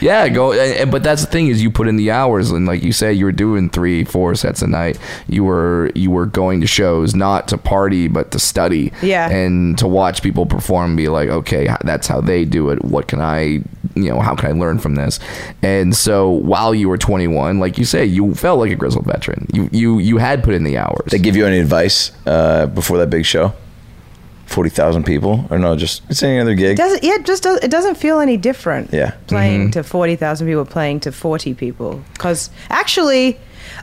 C: Yeah, go. And, and- but that's the thing is you put in the hours, and like you say, you were doing three, four sets a night. You were you were going to shows, not to party, but to study.
G: Yeah.
C: and to watch people perform, and be like, okay, h- that's how they do it. What can I, you know, how can I learn from this? And so while you were 21, like you say, you felt like a grizzled veteran. You you you had put in the hours.
F: They give you any advice uh, before that big show? Forty thousand people, or no? Just it's any other gig.
G: doesn't yeah, it just does, it doesn't feel any different.
F: Yeah.
G: playing to forty thousand people, playing to forty people, because actually,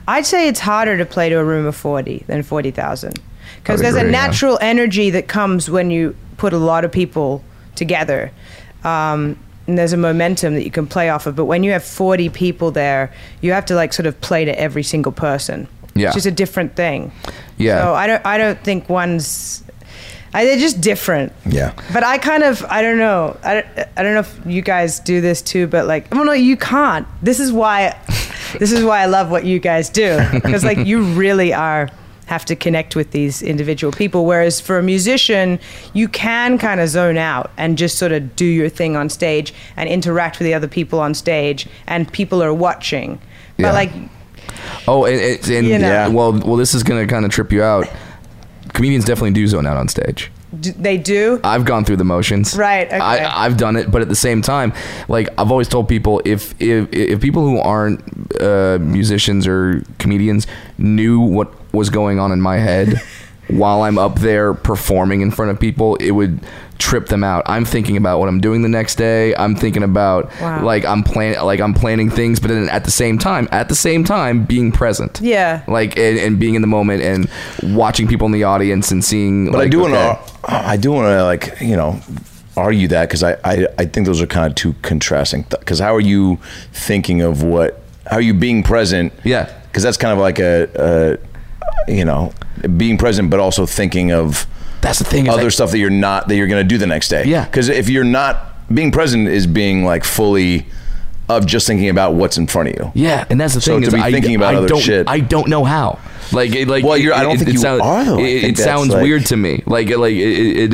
G: I'd say it's harder to play to a room of forty than forty thousand, because
C: I'd
G: there's
C: agree,
G: a
C: yeah.
G: natural energy that comes when you put a lot of people together. Um, and there's a momentum that you can play off of, but when you have 40 people there, you have to like sort of play to every single person.
C: Yeah.
G: it's just a different thing.
C: Yeah.
G: so I don't, I don't think one's, I, they're just different.
F: Yeah.
G: But I kind of I don't know I don't, I don't know if you guys do this too, but like well no you can't. This is why this is why I love what you guys do because like you really are have to connect with these individual people. Whereas for a musician, you can kind of zone out and just sort of do your thing on stage and interact with the other people on stage, and people are watching. But
C: Yeah.
G: like
C: Oh, and, and, and
G: You know.
C: yeah.
G: Yeah.
C: Well, well, this is gonna kind of trip you out. Comedians definitely do zone out on stage.
G: d- they do.
C: I've gone through the motions.
G: Right, okay.
C: I, I've done it, but at the same time, like I've always told people, if if if people who aren't uh, musicians or comedians knew what was going on in my head while I'm up there performing in front of people, it would trip them out. I'm thinking about what I'm doing the next day. I'm thinking about
G: Wow.
C: like I'm plan like I'm planning things, but then at the same time, at the same time, being present.
G: Yeah.
C: Like and, and being in the moment and watching people in the audience and seeing.
F: But
C: like,
F: I do
C: okay.
F: want to, I do want to like you know argue that because I, I I think those are kind of two contrasting. Because how are you thinking of what? How are you being present?
C: Yeah.
F: Because that's kind of like a, a you know being present, but also thinking of
C: That's the thing. is
F: other
C: I-
F: stuff that you're not that you're gonna do the next day.
C: Yeah.
F: Because if you're not being present, is being like fully of just thinking about what's in front of you.
C: Yeah, and that's the
F: So
C: thing
F: to
C: is
F: be
C: I,
F: thinking about
C: I
F: other
C: don't
F: shit.
C: I don't know how. Like it- like
F: Well, you're- I don't think you
C: sounds,
F: are, though. I
C: It,
F: think
C: it
F: that's,
C: sounds
F: like-
C: weird to me. Like like it,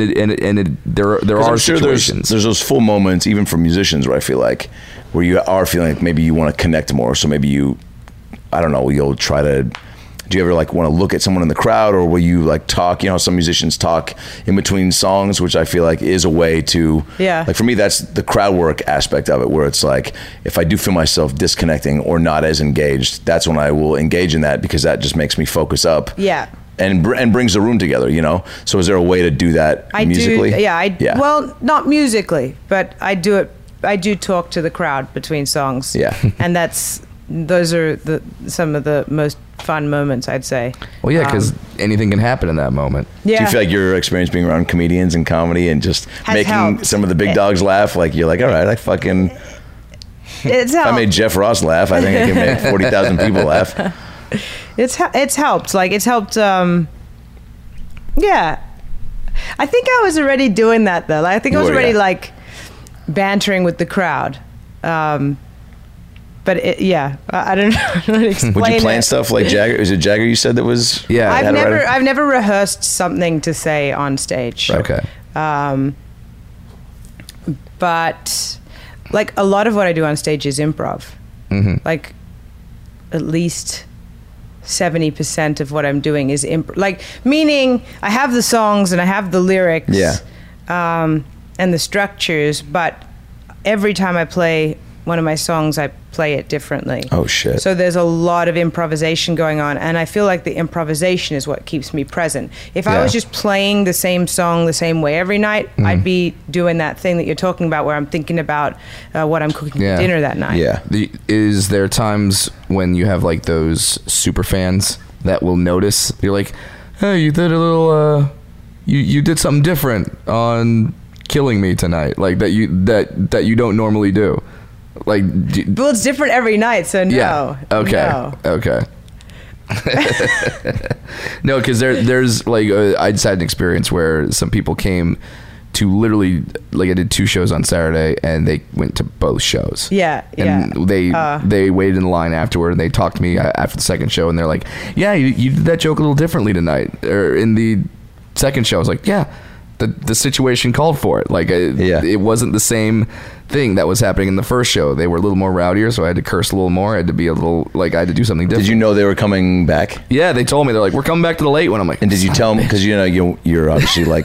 C: it, it and it, and it, there are, there
F: 'Cause
C: are
F: I'm sure there's,
C: situations.
F: there's those full moments, even for musicians, where I feel like where you are feeling like maybe you want to connect more. So maybe you, I don't know, you'll try to. Do you ever like want to look at someone in the crowd, or will you like talk? You know, some musicians talk in between songs, which I feel like is a way to.
G: Yeah.
F: Like for me, that's the crowd work aspect of it, where it's like if I do feel myself disconnecting or not as engaged, that's when I will engage in that because that just makes me focus up.
G: Yeah.
F: And br- and brings the room together, you know. So is there a way to do that
G: I
F: musically?
G: do. Yeah, I well, not musically, but I do it. I do talk to the crowd between songs.
F: Yeah.
G: and that's those are the some of the most fun moments I'd say.
C: well, yeah, because
G: Um,
C: anything can happen in that moment.
G: yeah,
F: Do you feel like your experience being around comedians and comedy and just
G: Has
F: making
G: helped.
F: some of the big
G: It-
F: dogs laugh? Like you're like, all right, I fucking. If
G: it's
F: I
G: helped.
F: made Jeff Ross laugh, I think I can make forty thousand people laugh.
G: it's hel- it's helped. Like it's helped. Um, yeah, I think I was already doing that though. Like, I think I
B: You
G: was
B: were,
G: already
B: yeah.
G: like bantering with the crowd. Um, but it, yeah, I, I don't know how to explain.
B: Would you plan
G: it.
B: stuff like Jagger? Is it Jagger you said that was?
C: Yeah.
B: Uh, had
G: I've
B: a
G: never,
B: writer?
G: I've never rehearsed something to say on stage.
C: Okay.
G: but like a lot of what I do on stage is improv.
B: Mm-hmm.
G: Like at least 70% of what I'm doing is imp- like meaning I have the songs and I have the lyrics
B: Yeah.
G: um, and the structures, but every time I play one of my songs, I play it differently.
B: Oh, shit.
G: So there's a lot of improvisation going on, and I feel like the improvisation is what keeps me present. If I
C: Yeah. Mm-hmm.
G: was just playing the same song the same way every night, I'd be doing that thing that you're talking about, where I'm thinking about uh, what I'm cooking
C: Yeah.
G: for dinner that night.
B: Yeah.
C: The, is there times when you have like those super fans that will notice? You're like, hey, you did a little, uh, you you did something different on killing me tonight, like that you that that you don't normally do, like d
G: Well, it's different every night, so no.
C: yeah, okay,
G: no.
C: okay. no, because there there's like uh, I just had an experience where some people came to literally like I did two shows on Saturday and they went to both shows
G: Yeah,
C: and
G: yeah.
C: they
G: Uh.
C: they waited in line afterward and they talked to me a- after the second show and they're like yeah you, you did that joke a little differently tonight or in the second show i was like yeah the, the situation called for it like I,
B: Yeah.
C: it wasn't the same thing that was happening in the first show they were a little more rowdier so i had to curse a little more i had to be a little like i had to do something different
B: Did you know they were coming back?
C: yeah they told me they're like we're coming back to the late one i'm like
B: And did you tell them because you know you you're obviously like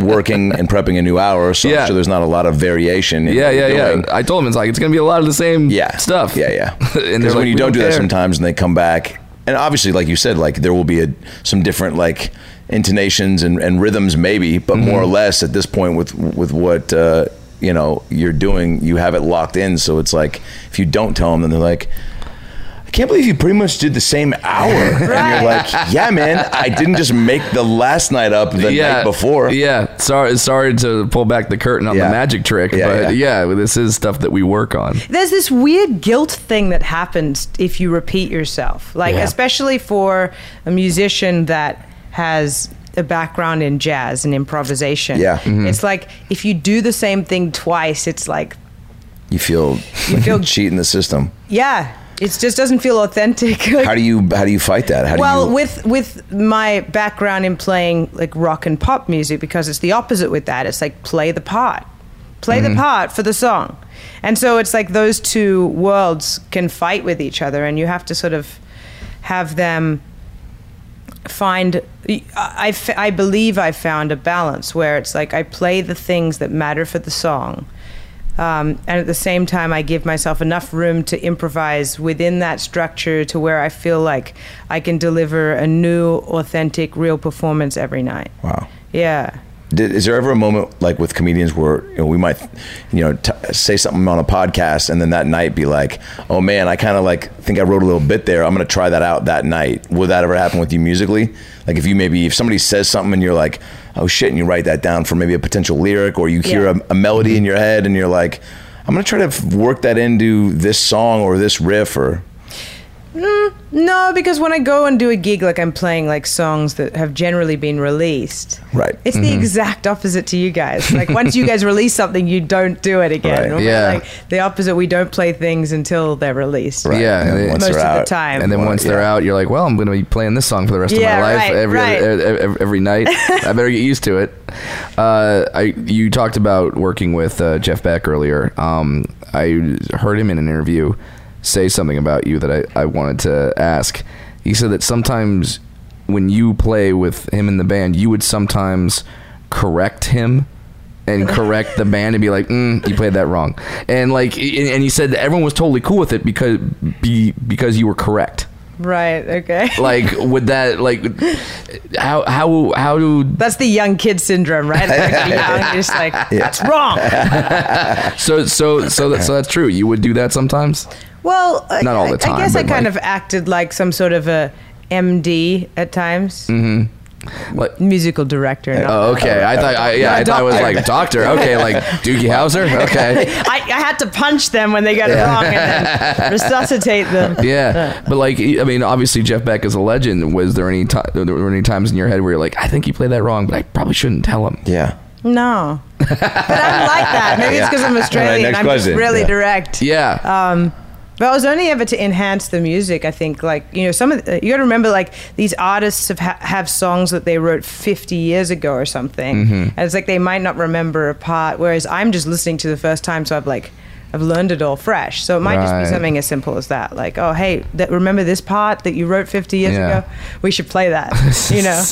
B: working and prepping a new hour, so
C: Yeah.
B: I'm sure there's not a lot of variation. In
C: yeah
B: what
C: yeah
B: you're
C: yeah
B: doing.
C: i told him it's like it's gonna be a lot of the same
B: yeah
C: stuff
B: yeah yeah
C: and
B: because
C: they're
B: when
C: like,
B: you
C: "We
B: don't do that
C: care."
B: sometimes and they come back and obviously like you said like there will be a, some different like intonations and, and rhythms maybe but
C: Mm-hmm.
B: more or less at this point with with what uh, you know you're doing you have it locked in so it's like if you don't tell them then they're like I can't believe you pretty much did the same hour. And
G: Right.
B: you're like, yeah, man, I didn't just make the last night up the night before.
C: Yeah, sorry, sorry to pull back the curtain on the
B: Yeah.
C: magic trick,
B: Yeah,
C: but yeah.
B: yeah.
C: this is stuff that we work on.
G: There's this weird guilt thing that happens if you repeat yourself, like
C: Yeah.
G: especially for a musician that has a background in jazz and improvisation.
B: Yeah. Mhm.
G: it's like if you do the same thing twice, it's like
B: You feel
G: You
B: like
G: feel-
B: you're cheating the system.
G: yeah, it just doesn't feel authentic.
B: How do you how do you fight that? How do
G: well,
B: you,
G: with with my background in playing like rock and pop music, because it's the opposite with that. It's like play the part, play
B: Mm-hmm.
G: the part for the song, and so it's like those two worlds can fight with each other, and you have to sort of have them find. I, I f- I believe I found a balance where it's like I play the things that matter for the song. Um, and at the same time, I give myself enough room to improvise within that structure to where I feel like I can deliver a new, authentic, real performance every night.
B: wow.
G: Yeah.
B: Did, is there ever a moment like with comedians where you know, we might, you know, t- say something on a podcast and then that night be like, oh man, I kind of like think I wrote a little bit there. I'm gonna try that out that night. Would that ever happen with you musically? Like if you maybe if somebody says something and you're like, oh shit, and you write that down for maybe a potential lyric or you hear
G: Yeah.
B: a, a melody in your head and you're like, I'm gonna try to f- work that into this song or this riff or
G: No, because when I go and do a gig, like I'm playing like songs that have generally been released.
B: Right.
G: It's the
C: Mm-hmm.
G: exact opposite to you guys. Like once you guys release something, you don't do it
B: Right.
G: again. We're
C: Yeah.
G: Like the opposite, we don't play things until they're released.
C: Right. Yeah,
B: And then
C: it-
B: once
G: Most
B: they're
G: of the
B: out-
G: time.
C: And then
B: Well,
C: once they're
B: yeah.
C: out, you're like, well, I'm going to be playing this song for the rest
G: Yeah,
C: of my life
G: right,
C: every,
G: right.
C: Every, every night. I better get used to it. Uh, I you talked about working with uh, Jeff Beck earlier. Um, I heard him in an interview say something about you that I, I wanted to ask. He said that sometimes when you play with him in the band, you would sometimes correct him and correct the band and be like, mm, "You played that wrong," and like, and, and he said that everyone was totally cool with it because be, because you were correct.
G: Right. Okay.
C: Like, would that like how how how do
G: That's the young kid syndrome, right? Like, you're young, you're just like, it's wrong.
C: so so so that so that's true. You would do that sometimes.
G: Well, I-
C: Not all the
G: I-
C: time,
G: I guess I
C: but,
G: kind
C: like-
G: of acted like some sort of a MD at times. Mm-hmm.
C: Like,
G: musical director. not-
C: oh, okay. I thought, I, yeah, I thought it was like doctor. Okay, like Doogie Howser. Okay.
G: I, I had to punch them when they got it wrong and then resuscitate them.
C: Yeah, but like, I mean, obviously Jeff Beck is a legend. Was there any time? There were any times in your head where you're like, I think he played that wrong, but I probably shouldn't tell him.
F: Yeah.
G: No, but I'm like that. Maybe it's because I'm Australian.
F: next
G: I'm just
F: question.
G: really
F: Yeah.
G: direct.
C: Yeah.
G: Um, but it was only ever to enhance the music. I think, like you know, some of the, you got to remember, like these artists have ha- have songs that they wrote 50 years ago or something,
F: Mm-hmm.
G: and it's like they might not remember a part. Whereas I'm just listening to the first time, so I've like I've learned it all fresh. So it might just
C: Right.
G: be something as simple as that, like oh hey, that, remember this part that you wrote 50 years
C: Yeah.
G: ago? We should play that. You know,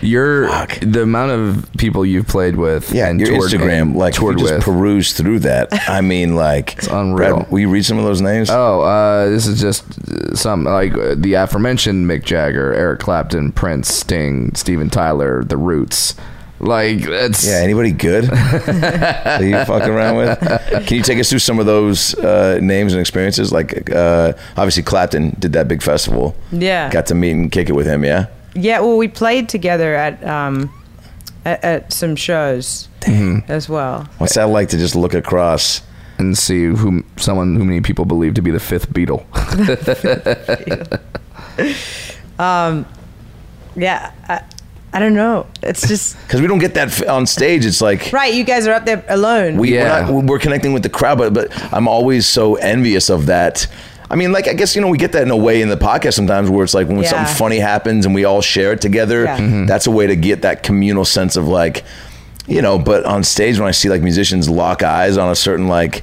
C: Your the amount of people you've played with
F: Yeah,
C: and
F: your
C: toured
F: Instagram,
C: and
F: like if you
C: toured
F: just
C: with.
F: peruse through that. I mean, like, it's
C: unreal.
F: will you read some of those names?
C: oh, uh, this is just uh, some like uh, the aforementioned Mick Jagger, Eric Clapton, Prince, Sting, Steven Tyler, The Roots. Like it's
F: yeah, anybody good that you fuck around with? Can you take us through some of those uh, names and experiences? Like, uh, obviously, Clapton did that big festival.
G: Yeah.
F: Got to meet and kick it with him, yeah?
G: yeah. Well, we played together at um, at, at some shows as well.
F: What's that like to just look across?
C: and see who someone who many people believe to be the fifth Beatle.
G: Yeah, I, I don't know. It's just
F: Because we don't get that f- on stage. It's like,
G: right. You guys are up there alone.
F: we,
C: Yeah.
F: we're, not, we're connecting with the crowd, but, but I'm always so envious of that. I mean, like, I guess, you know, we get that in a way in the podcast sometimes where it's like when
G: Yeah.
F: something funny happens and we all share it together,
G: Yeah.
C: Mm-hmm.
G: Mhm.
F: that's a way to get that communal sense of like, you know, but on stage when I see like musicians lock eyes on a certain like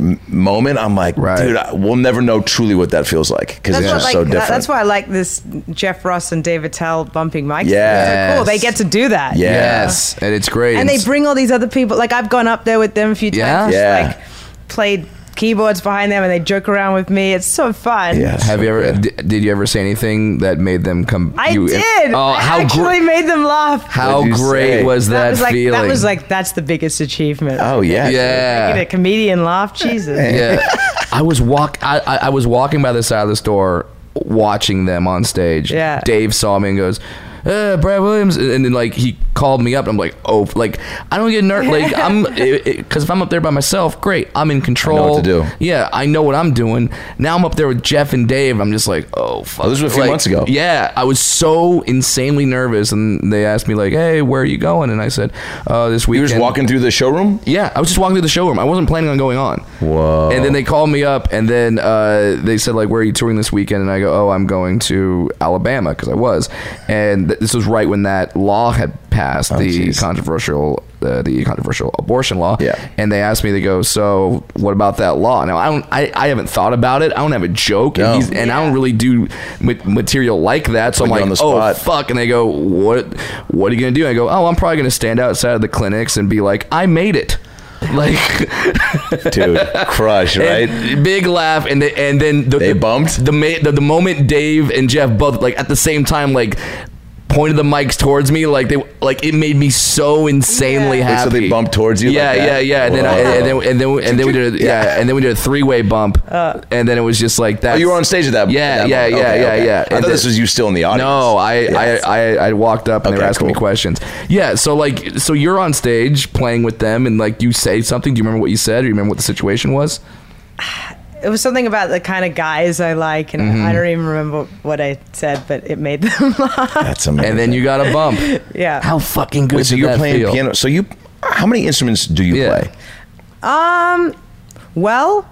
F: m- moment, I'm like,
C: Right.
F: dude, I, we'll never know truly what that feels like because
G: that's
F: it's
G: what,
F: just
G: like,
F: so
G: that-
F: different.
G: that's why I like this Jeff Ross and David Tell bumping mics.
F: Yes.
G: It's so cool. They get to do that.
F: Yeah.
C: Yes, and it's great.
G: and they
C: It's-
G: bring all these other people. Like I've gone up there with them a few times.
C: Yeah?
G: just,
F: Yeah.
G: Like played keyboards behind them and they joke around with me. It's so fun.
F: Yeah.
C: Have you ever?
F: Yeah.
C: d- Did you ever say anything that made them come?
G: I
C: you,
G: did.
C: Oh,
G: I
C: how gr-
G: actually made them laugh.
C: How
F: What'd you
C: great
F: say?
C: was that,
G: that was like
C: feeling?
G: that was like that's the biggest achievement.
F: oh, yeah.
G: Making a
C: yeah,
G: comedian laugh. Jesus.
C: yeah. I was walk. I, I, I was walking by the side of the store, watching them on stage.
G: Yeah.
C: Dave saw me and goes. Uh, Brad Williams, and then like he called me up. and I'm like, oh, like I don't get nervous. Like I'm, because if I'm up there by myself, great, I'm in control.
F: to do.
C: Yeah, I know what I'm doing. Now I'm up there with Jeff and Dave. I'm just like, oh, fuck.
F: Oh, this was a few
C: Like,
F: months ago.
C: Yeah, I was so insanely nervous, and they asked me like, "Hey, where are you going?" And I said, "Uh, this
F: You
C: weekend."
F: were just walking through the showroom?
C: Yeah, I was just walking through the showroom. I wasn't planning on going on.
F: Whoa.
C: And then they called me up, and then uh, they said like, "Where are you touring this weekend?" And I go, "Oh, I'm going to Alabama because I was." And th- this was right when that law had passed the
F: Oh, jeez.
C: controversial, uh, the controversial abortion law.
F: Yeah.
C: And they asked me, they go, "So what about that law?" Now I don't, I, I haven't thought about it. I don't have a joke,
F: No.
C: and, he's, and I don't really do ma- material like that. So
F: Put you
C: I'm
F: on
C: like,
F: the
C: "Oh,
F: spot."
C: fuck and they go what what are you gonna do and i go oh i'm probably gonna stand outside of the clinics and be like i made it like
F: Dude, crush, right?
C: and big laugh and the, and then the,
F: They
C: the,
F: bumped?
C: the, ma- the the moment dave and jeff both like at the same time like pointed the mics towards me like they like it made me so insanely
G: Yeah.
F: Wait, so
C: happy
F: they bumped towards you like
C: yeah
F: that?
C: yeah yeah and then, I, and then and then and then we did a, yeah. and then we did a three-way bump and then it was just like that
F: Oh, you were on stage at that.
C: Yeah,
F: that
C: yeah,
F: moment.
C: yeah, yeah, yeah.
F: I
C: And
F: thought
C: the-
F: this was you still in the audience.
C: No, I,
F: Yes.
C: I, I, I walked up and they
F: Okay,
C: were asking me
F: cool.
C: questions. Yeah, so like, so you're on stage playing with them, and like you say something. Do you remember what you said? Do you remember what the situation was?
G: it was something about the kind of guys I like, and
C: Mm-hmm.
G: I don't even remember what I said, but it made them laugh.
F: that's amazing.
C: And then you got a bump.
G: yeah.
C: How fucking good
F: Wait, so
C: did
F: you're
C: that
F: playing
C: feel?
F: piano. So you, how many instruments do you
C: Yeah.
F: play?
G: Um. Well,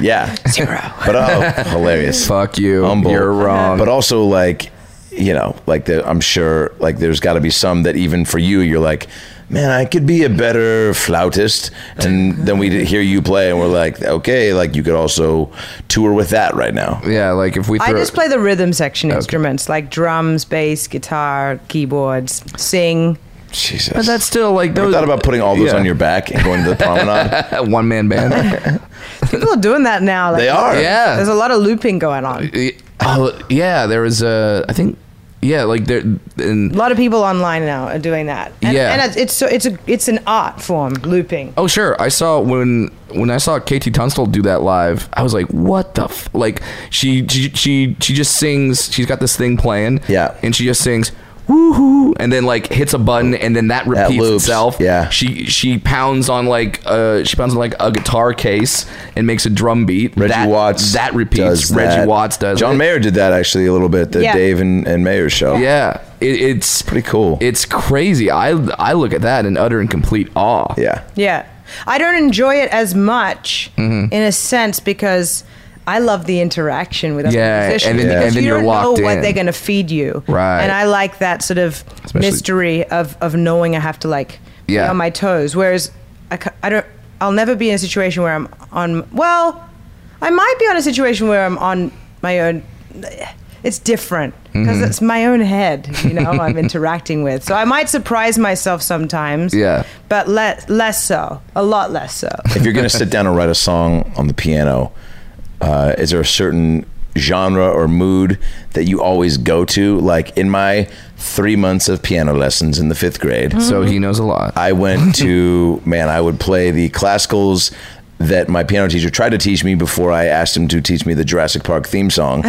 F: Yeah, zero. But oh, hilarious.
C: Fuck you.
F: Humble.
C: You're wrong.
F: But also like, you know, like the, I'm sure like there's got to be some that even for you, you're like. Man, I could be a better flautist, and then we hear you play, and we're like, okay, like you could also tour with that right now.
C: yeah, like if we
G: I
C: throw-
G: just play the rhythm section instruments like drums, bass, guitar, keyboards, sing.
F: Jesus,
C: But that's still like
F: I
C: those.
F: thought about putting all those on your back and going to the promenade.
C: one man band.
G: People are doing that now. Like,
F: They are.
C: yeah.
G: There's a lot of looping going on.
C: oh yeah, there was a. I think yeah, like there and
G: A lot of people online now are doing that. And,
C: Yeah.
G: And it's- it's so it's a it's an art form looping.
C: Oh sure, I saw when when I saw KT Tunstall do that live. I was like, what the f-? like she, she she she just sings. She's got this thing playing.
F: Yeah.
C: and she just sings. woohoo, and then like hits a button, and then that repeats
B: loops,
C: itself.
B: yeah.
C: she she pounds on like uh she pounds on like a guitar case and makes a drum beat.
B: Reggie
C: that,
B: Watts.
C: that repeats.
B: does
C: Reggie
B: that.
C: Watts does.
B: John
C: it.
B: Mayer did that actually a little bit. The
G: Yeah.
B: Dave and, and Mayer show.
C: Yeah, it, it's
B: Pretty cool.
C: It's crazy. I I look at that and utter in complete awe.
B: yeah.
G: Yeah. I don't enjoy it as much
C: Mm-hmm.
G: in a sense because I love the interaction with other
C: Yeah,
G: musicians
C: and then-
G: because
C: and then
G: you
C: you're
G: don't know
C: locked
G: what
C: in.
G: they're going to feed you.
C: Right.
G: And I like that sort of
C: Especially-
G: mystery of, of knowing I have to like
C: Yeah.
G: be on my toes. Whereas I, ca- I don't, I'll never be in a situation where I'm on, well, I might be on a situation where I'm on my own. It's different
C: Mm-hmm.
G: because it's my own head, you know, I'm interacting with. So I might surprise myself sometimes
C: Yeah.
G: but less less so, a lot less so.
B: if you're going to sit down and write a song on the piano, uh, is there a certain genre or mood that you always go to? Like in my three months of piano lessons in the fifth grade,
C: So he knows a lot.
B: I went to man, I would play the classicals that my piano teacher tried to teach me before I asked him to teach me the Jurassic Park theme song.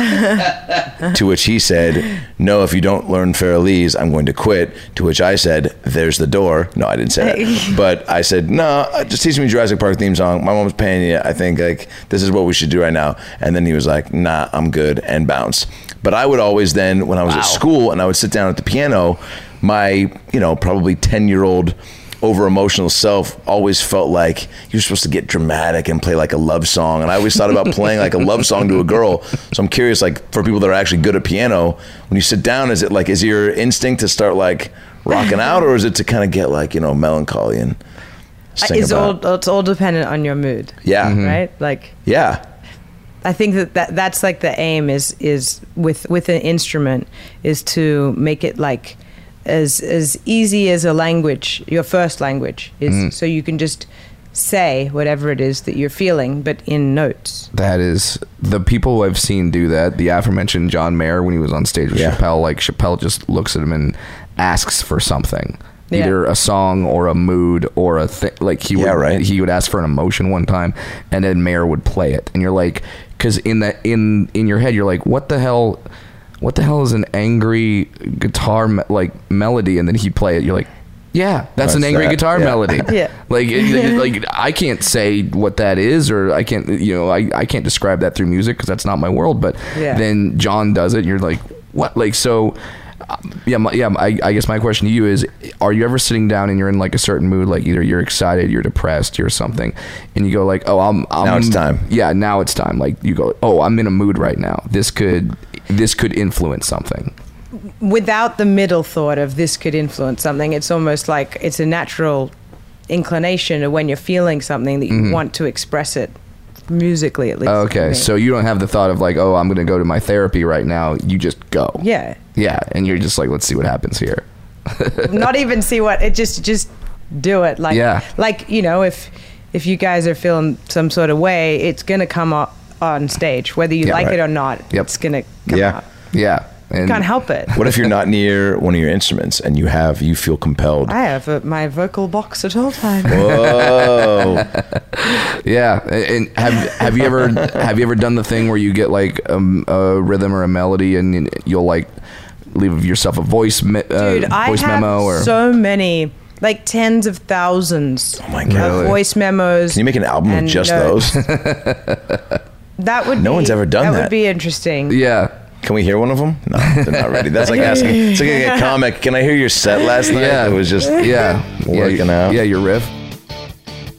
B: to which he said, "No, if you don't learn Farrellese, I'm going to quit." To which I said, "There's the door." No, I didn't say that, but I said, "No, uh, just teach me Jurassic Park theme song. My mom's paying you. I think like this is what we should do right now." And then he was like, "Nah, I'm good," and bounced. But I would always then, when I was at school, and I would sit down at the piano, my you know probably ten year old over emotional self always felt like you're supposed to get dramatic and play like a love song and i always thought about playing like a love song to a girl so i'm curious like for people that are actually good at piano when you sit down is it like is your instinct to start like rocking out or is it to kind of get like you know melancholy and sing
G: It's
B: about
G: Uh, all it's all dependent on your mood,
B: yeah
G: right? Like
B: yeah
G: I think that, that that's like the aim is is with with an instrument is to make it like as as easy as a language, your first language is, so you can just say whatever it is that you're feeling, but in notes.
C: That is the people I've seen do that. The aforementioned John Mayer when he was on stage with
B: Yeah.
C: Chappelle, like Chappelle just looks at him and asks for something,
G: Yeah.
C: either a song or a mood or a thing. Like he would,
B: Yeah, right.
C: he would ask for an emotion one time, and then Mayer would play it, and you're like, because in that in in your head you're like, what the hell, what the hell is an angry guitar me- like melody, and then he'd play it, you're like. Yeah, that's, an
B: That's
C: angry
B: that,
C: guitar
B: yeah.
C: melody.
G: Yeah.
C: Like, it- it- like I can't say what that is, or I can't, you know, I, I can't describe that through music because that's not my world. But
G: Yeah.
C: then John does it, and you're like, what? Like, so, uh, yeah, my, yeah. I, I guess my question to you is, are you ever sitting down and you're in like a certain mood, like either you're excited, you're depressed, you're something, and you go like, oh, I'm, I'm
B: Now it's time.
C: Yeah, now it's time. Like you go, oh, I'm in a mood right now. This could, this could influence something.
G: without the middle thought of this could influence something, it's almost like it's a natural inclination of when you're feeling something that you want to express it musically at least.
C: Mm-hmm. Okay,
G: for me.
C: so you don't have the thought of like, oh, I'm gonna go to my therapy right now. You just go.
G: yeah,
C: Yeah, and you're just like, let's see what happens here.
G: not even see what it just just do it like
C: Yeah.
G: like you know if if you guys are feeling some sort of way, it's gonna come up on stage whether you
C: Yeah,
G: like
C: right.
G: it or not.
C: Yep.
G: It's gonna come
B: Yeah.
G: out.
C: Yeah, and
G: Can't help it.
B: what if you're not near one of your instruments and you have you feel compelled
G: I have uh my vocal box at all times.
B: whoa
C: Yeah, and and have have you ever have you ever done the thing where you get like um, a rhythm or a melody and you'll like leave yourself a voice me-
G: Dude,
C: uh,
G: I
C: voice
G: have
C: memo or
G: so many, like tens of thousands
B: Oh my
G: of
B: God.
C: Really?
G: voice memos.
B: can you make an album of
G: and
B: just
G: notes.
B: those
G: That would
B: No
G: be-
B: one's ever done
G: That
B: that.
G: would be interesting.
C: yeah.
B: Can we hear one of them? No, they're not ready. That's like asking. It's like a comic. Can I hear your set last night?
C: Yeah.
B: It was just.
C: Yeah,
B: Working
C: yeah,
B: out.
C: Yeah, your riff.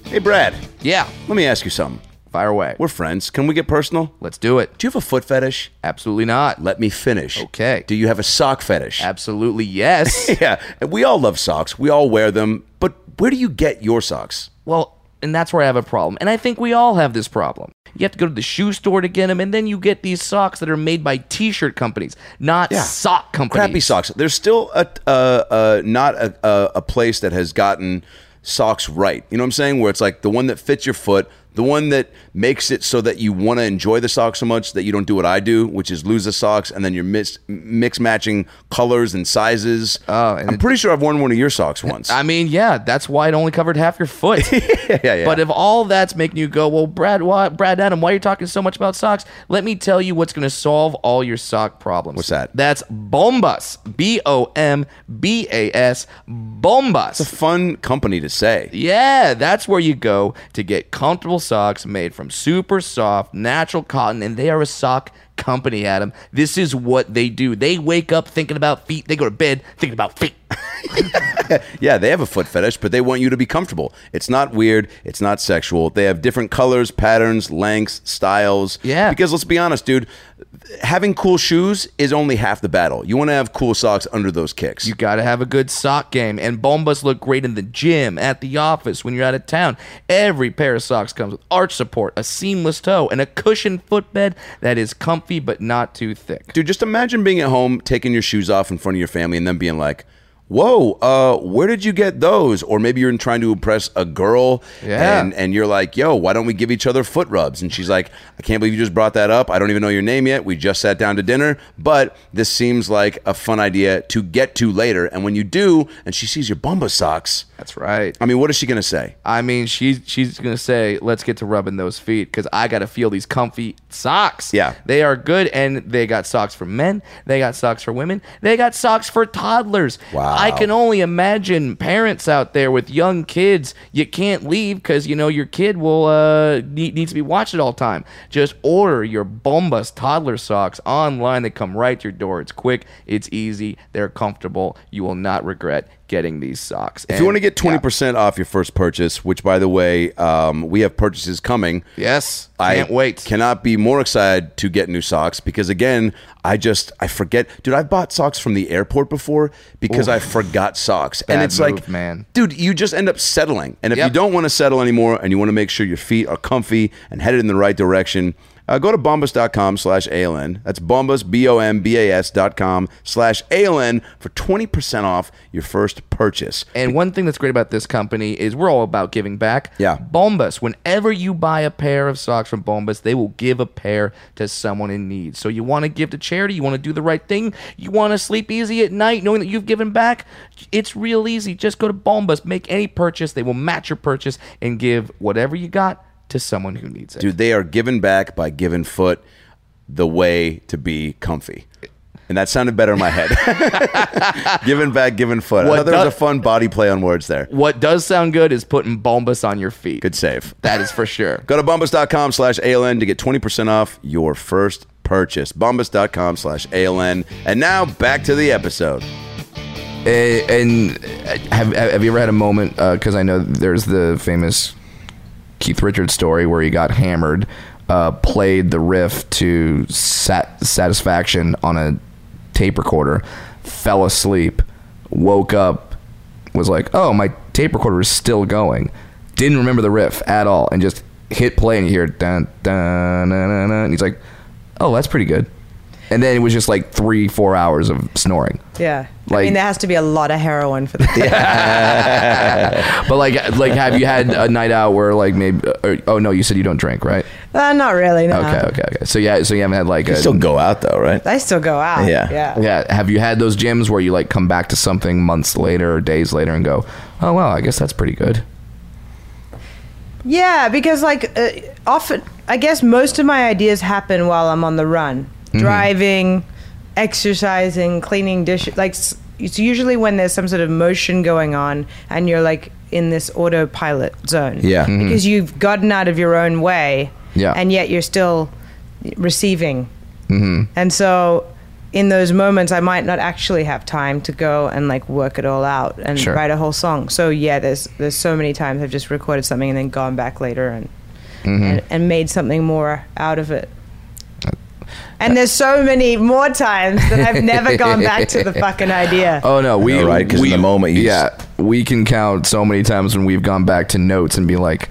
B: Hey, Brad.
C: Yeah,
B: Let me ask you something.
C: fire away.
B: We're friends. Can we get personal?
C: Let's do it.
B: Do you have a foot fetish?
C: Absolutely not.
B: Let me finish.
C: Okay.
B: Do you have a sock fetish?
C: Absolutely yes.
B: Yeah. We all love socks. We all wear them. But where do you get your socks?
C: Well, and that's where I have a problem. And I think we all have this problem. You have to go to the shoe store to get them, and then you get these socks that are made by T-shirt companies, not
B: Yeah.
C: sock companies.
B: Crappy socks. There's still a uh, uh, not a, a a place that has gotten socks right. You know what I'm saying? Where it's like the one that fits your foot, the one that makes it so that you want to enjoy the socks so much that you don't do what I do, which is lose the socks and then you're mix, mix matching colors and sizes.
H: Oh, and
B: I'm
H: it-
B: pretty sure I've worn one of your socks once.
H: I mean, yeah, that's why it only covered half your foot.
B: yeah, yeah.
H: But if all that's making you go, well, Brad, why, Brad, Adam, why are you talking so much about socks? Let me tell you what's going to solve all your sock problems.
B: What's that?
H: That's Bombas. B O M B A S. Bombas.
B: fun company to say.
H: Yeah, that's where you go to get comfortable socks made from super soft, natural cotton, and they are a sock company, Adam. This is what they do. They wake up thinking about feet, they go to bed thinking about feet.
B: Yeah, they have a foot fetish, but they want you to be comfortable. It's not weird. It's not sexual. They have different colors, patterns, lengths, styles.
H: Yeah.
B: Because let's be honest, dude, having cool shoes is only half the battle. You want to have cool socks under those kicks.
H: You got to have a good sock game, and Bombas look great in the gym, at the office, when you're out of town. Every pair of socks comes with arch support, a seamless toe, and a cushioned footbed that is comfy but not too thick.
B: dude, just imagine being at home, taking your shoes off in front of your family, and then being like, Whoa, uh, where did you get those? Or maybe you're trying to impress a girl
H: Yeah.
B: and, and you're like, yo, why don't we give each other foot rubs? And she's like, I can't believe you just brought that up. I don't even know your name yet. We just sat down to dinner, but this seems like a fun idea to get to later. And when you do, and she sees your Bumba socks,
H: That's right.
B: I mean, what is she going to say?
H: I mean, she's she's gonna say, "Let's get to rubbing those feet," because I gotta feel these comfy socks.
B: Yeah.
H: they are good, and they got socks for men, they got socks for women, they got socks for toddlers.
B: Wow.
H: I can only imagine parents out there with young kids. You can't leave because you know your kid will uh need, needs to be watched at all time. Just order your Bombas toddler socks online. They come right to your door. It's quick, it's easy, they're comfortable. You will not regret getting these socks.
B: If you want to get 20% off your first purchase, which by the way, um, we have purchases coming.
H: yes, can't wait.
B: Cannot be more excited to get new socks because again, I just I forget, dude. I've bought socks from the airport before because I forgot socks, and
H: Bad
B: it's like,
H: move, man.
B: dude, you just end up settling. And if you
H: Yep.
B: don't want to settle anymore, and you want to make sure your feet are comfy and headed in the right direction. Uh, go to bombas.com slash ALN. That's bombas, B O M B A S dot com slash ALN for 20% off your first purchase.
H: And one thing that's great about this company is we're all about giving back.
B: Yeah.
H: Bombas, whenever you buy a pair of socks from Bombas, they will give a pair to someone in need. So you want to give to charity, you want to do the right thing, you want to sleep easy at night knowing that you've given back. It's real easy. Just go to Bombas, make any purchase, they will match your purchase and give whatever you got to someone who needs it.
B: Dude, they are given back by given foot the way to be comfy. And that sounded better in my head. given back, given foot. I
H: What
B: thought there was
H: does-
B: a fun body play on words there.
H: What does sound good is putting Bombas on your feet.
B: Good save.
H: That is for sure.
B: Go to bombas.com slash ALN to get 20% off your first purchase. Bombas.com slash ALN. And now back to the episode.
H: Eh, and eh, have have you ever had a moment? Because I know there's the famous Keith Richards story where he got hammered, uh, played the riff to sat- satisfaction on a tape recorder, fell asleep, woke up, was like, "Oh, my tape recorder is still going." Didn't remember the riff at all, and just hit play, and you hear dun dun dun dun, dun and he's like, "Oh, that's pretty good." And then it was just like three, four hours of snoring.
G: Yeah. I
H: Like-
G: mean, there has to be a lot of heroin for that.
H: But like, like, have you had a night out where like maybe? Or, oh no, you said you don't drink, right?
G: Uh, not really. No.
H: Okay, okay, okay. So yeah, so you haven't had like a.
B: Still go out though, right?
G: I still go out.
B: Yeah.
G: Yeah.
H: yeah, have you had those gyms where you like come back to something months later or days later and go, oh wow, I guess that's pretty good.
G: Yeah, because like uh, often, I guess most of my ideas happen while I'm on the run, driving, exercising, cleaning dishes. Like s- it's usually when there's some sort of motion going on, and you're like in this autopilot zone.
B: Yeah. Mhm.
G: because you've gotten out of your own way.
H: Yeah.
G: and yet you're still receiving. Mm-hmm. And so. In those moments, I might not actually have time to go and like work it all out and
H: Sure.
G: write a whole song. So yeah, there's there's so many times I've just recorded something and then gone back later and and, and made something more out of it. And there's so many more times that I've never gone back to the fucking idea.
H: Oh no, we
B: know, right? 'Cause in
H: we-
B: the moment you
H: yeah, we can count so many times when we've gone back to notes and be like,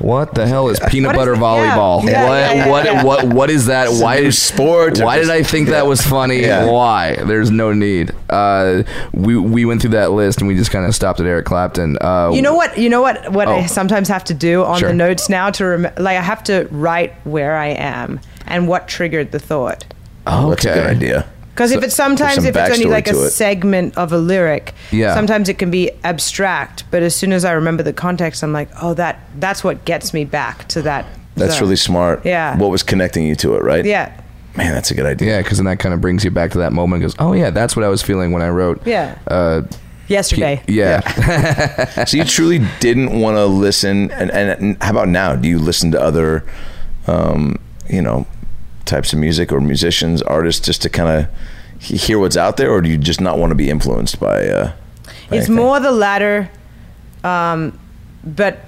C: What the hell is peanut
G: What is-
C: butter
G: yeah,
C: volleyball?
G: yeah,
C: what
G: yeah, yeah,
C: what
G: yeah.
C: what what is that?
F: It's a
C: why
F: new sport.
C: Why did I think that was funny?
F: Yeah.
C: Why? There's no need. Uh, we we went through that list and we just kind of stopped at Eric Clapton. Uh,
G: You know what? You know what? What
C: Oh.
G: I sometimes have to do on
C: Sure.
G: the notes now to rem- like I have to write where I am and what triggered the thought.
C: Okay.
F: Oh, That's a good idea.
G: Because if it's sometimes
F: some
G: if it's only
F: backstory
G: like a
F: to it.
G: segment of a lyric,
C: Yeah.
G: sometimes it can be abstract. But as soon as I remember the context, I'm like, oh, that that's what gets me back to that.
F: That's
G: zone.
F: really smart.
G: Yeah.
F: What was connecting you to it, right?
G: yeah.
F: Man, that's a good idea.
C: Yeah, because then that kind of brings you back to that moment. and Goes, oh yeah, that's what I was feeling when I wrote.
G: Yeah.
C: Uh,
G: Yesterday.
C: yeah.
F: So you truly didn't want to listen, and, and how about now? Do you listen to other, um, you know, types of music or musicians, artists, just to kind of hear what's out there, or do you just not want to be influenced by? Uh, by
G: it's
F: anything?
G: more the latter um, but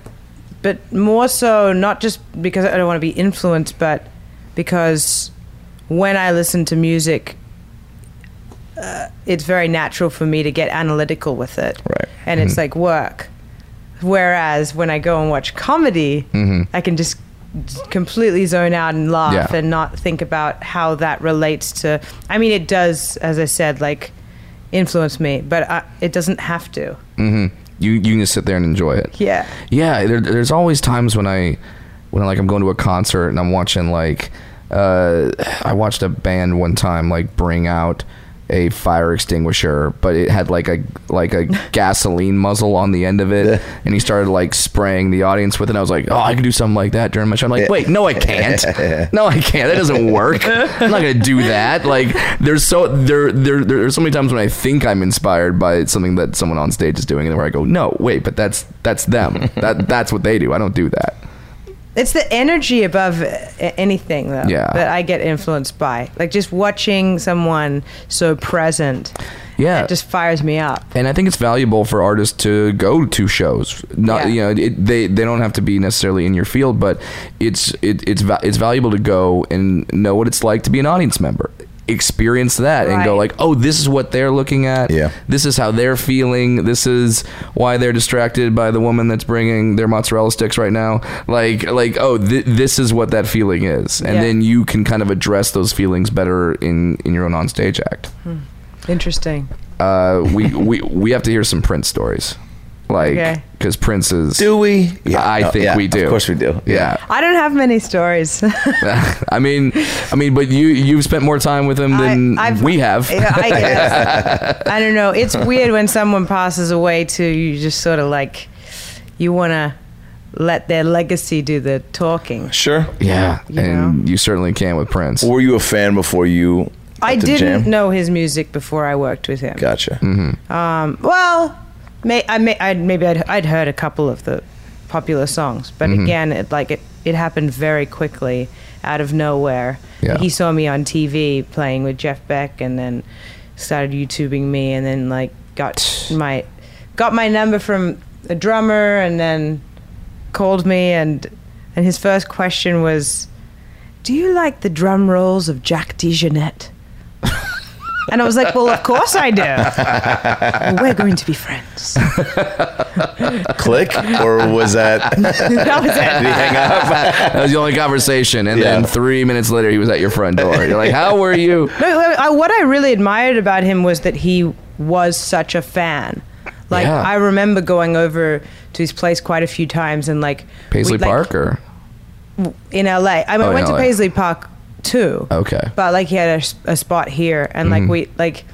G: but more so not just because i don't want to be influenced but because when i listen to music uh, it's very natural for me to get analytical with it
F: Right.
G: and it's like work whereas when i go and watch comedy i can just completely zone out and laugh
C: Yeah.
G: and not think about how that relates to i mean it does as i said like influence me but I, it doesn't have to
C: you you can just sit there and enjoy it.
G: yeah
C: Yeah, there, there's always times when I when like I'm going to a concert and I'm watching like uh, I watched a band one time like bring out a fire extinguisher, but it had like a like a gasoline muzzle on the end of it, and he started like spraying the audience with it. And I was like, oh, I can do something like that during my show. I'm like, wait, no, I can't. No, I can't. That doesn't work. I'm not gonna do that. Like, there's so there there there's so many times when I think I'm inspired by something that someone on stage is doing, and where I go, no, wait, but that's that's them. That that's what they do. I don't do that.
G: it's the energy above a- anything though
C: Yeah.
G: that i get influenced by like just watching someone so present
C: Yeah.
G: it just fires me up
C: and I think it's valuable for artists to go to shows. Not
G: Yeah.
C: you know it, they they don't have to be necessarily in your field, but it's it, it's va- it's valuable to go and know what it's like to be an audience member, experience that, and go
G: Right.
C: like, oh, this is what they're looking at.
F: Yeah.
C: this is how they're feeling. This is why they're distracted by the woman that's bringing their mozzarella sticks right now. Like like oh, th- this is what that feeling is, and
G: Yeah.
C: then you can kind of address those feelings better in in your own on stage act
G: interesting
C: uh, we, we we have to hear some Prince stories, like
G: Okay.
C: because Prince is.
F: Do we?
C: I
F: no,
C: think
F: yeah,
C: we do.
F: Of course we do.
C: Yeah,
G: i don't have many stories
C: I mean, I mean, but you you've spent more time with him than
G: I've-
C: we have.
G: Yeah, I guess. I don't know. It's weird when someone passes away too. You just sort of like you want to let their legacy do the talking.
F: Sure.
C: Yeah,
G: You
C: and you certainly can with Prince.
F: Were you a fan before you?
G: I
F: at the
G: didn't
F: jam?
G: know his music before I worked with him.
F: Gotcha.
C: Mm-hmm.
G: Well, may, I may, I'd, maybe I'd, I'd heard a couple of the popular songs, but again, it like it, it happened very quickly out of nowhere.
C: Yeah.
G: He saw me on TV playing with Jeff Beck, and then started YouTubing me, and then like got my got my number from a drummer, and then called me, and and his first question was, "Do you like the drum rolls of Jack DeJohnette?" And I was like, well, of course I do. Well, we're going to be friends.
F: Click or was that?
G: That was it.
C: that was the only conversation, and then
F: Yeah.
C: three minutes later, he was at your front door. You're like, "How were you?"
G: No, I- I- what I really admired about him was that he was such a fan. Like
C: Yeah.
G: I remember going over to his place quite a few times and like
C: Paisley
G: we'd, like,
C: Park, or
G: in LA. I
C: Oh,
G: mean, I
C: in
G: went to
C: LA.
G: Paisley Park too.
C: Okay. Mm-hmm.
G: But like he had a s- a, spot here, and like we like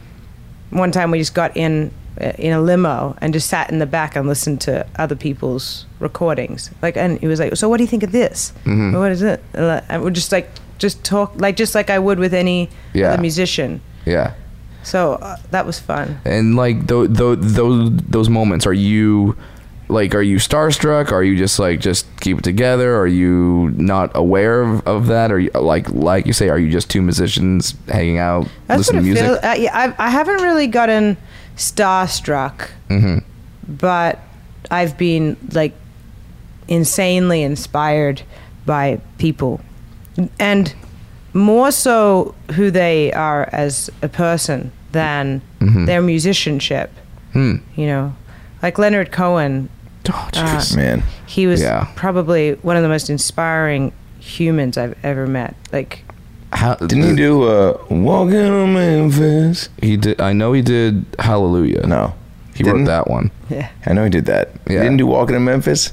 G: one time we just got in uh, in a limo and just sat in the back and listened to other people's recordings. Like, and he was like, "So what do you think of this?
C: Mm-hmm.
G: "Well, What is it?" And I- and we're just like just talk like just like I would with any
C: Yeah.
G: other musician.
C: yeah.
G: So uh, that was fun.
C: and like those those those moments are you like are you starstruck are you just like just keep it together are you not aware of, of that or you, like like you say are you just two musicians hanging out
G: That's what
C: listening
G: I
C: to music
G: feel. Uh, yeah, I've, I haven't really gotten starstruck,
F: Mm-hmm.
G: but I've been like insanely inspired by people, and more so who they are as a person than
F: Mm-hmm.
G: their
F: Hmm.
G: musicianship. You know, like Leonard Cohen.
C: oh, jeez.
F: Man.
G: He was
C: Yeah.
G: probably one of the most inspiring humans I've ever met. Like,
C: How,
F: Didn't he do uh, Walking on Memphis?
C: He did. I know he did. Hallelujah.
F: No.
C: he
F: didn't?
C: wrote that one.
G: yeah.
F: I know he did that. He
C: Yeah.
F: didn't do Walking in Memphis?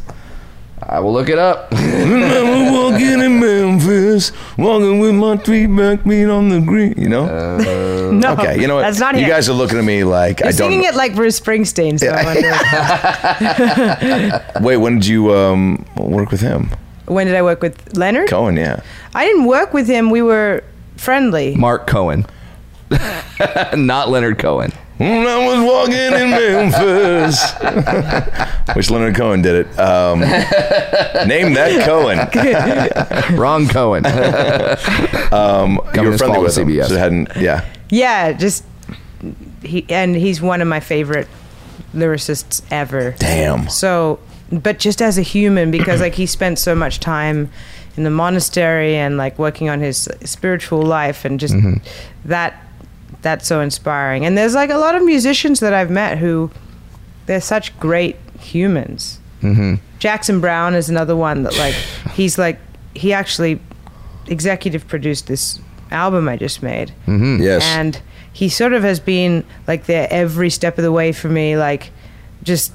C: I will look it up.
F: Remember walking in Memphis, walking with my three back feet on the green. You know?
G: No.
F: okay, you know what?
G: That's not
F: you
G: him.
F: guys are looking at me like
G: You're
F: I don't.
G: singing it like Bruce Springsteen, so I wonder
F: Wait, when did you um, work with him?
G: when did I work with Leonard?
F: Cohen, yeah.
G: I didn't work with him. We were friendly.
C: Mark Cohen, not Leonard Cohen.
F: When I was walking in Memphis, which Leonard Cohen did it. Um, name that Cohen.
C: Wrong Cohen.
F: Um, you were
C: Communist
F: friendly
C: Fall
F: with
C: to
F: him,
C: CBS.
F: so it hadn't. Yeah,
G: Yeah, just he and he's one of my favorite lyricists ever.
F: damn.
G: So, but just as a human, because like he spent so much time in the monastery and like working on his spiritual life, and just that that's so inspiring. And there's like a lot of musicians that I've met who they're such great humans. Mm-hmm. Jackson Brown is another one that like he's like he actually executive produced this album I just made
F: Yes,
G: and he sort of has been like there every step of the way for me like just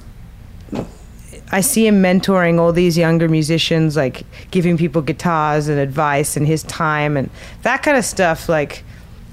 G: i see him mentoring all these younger musicians like giving people guitars and advice and his time and that kind of stuff like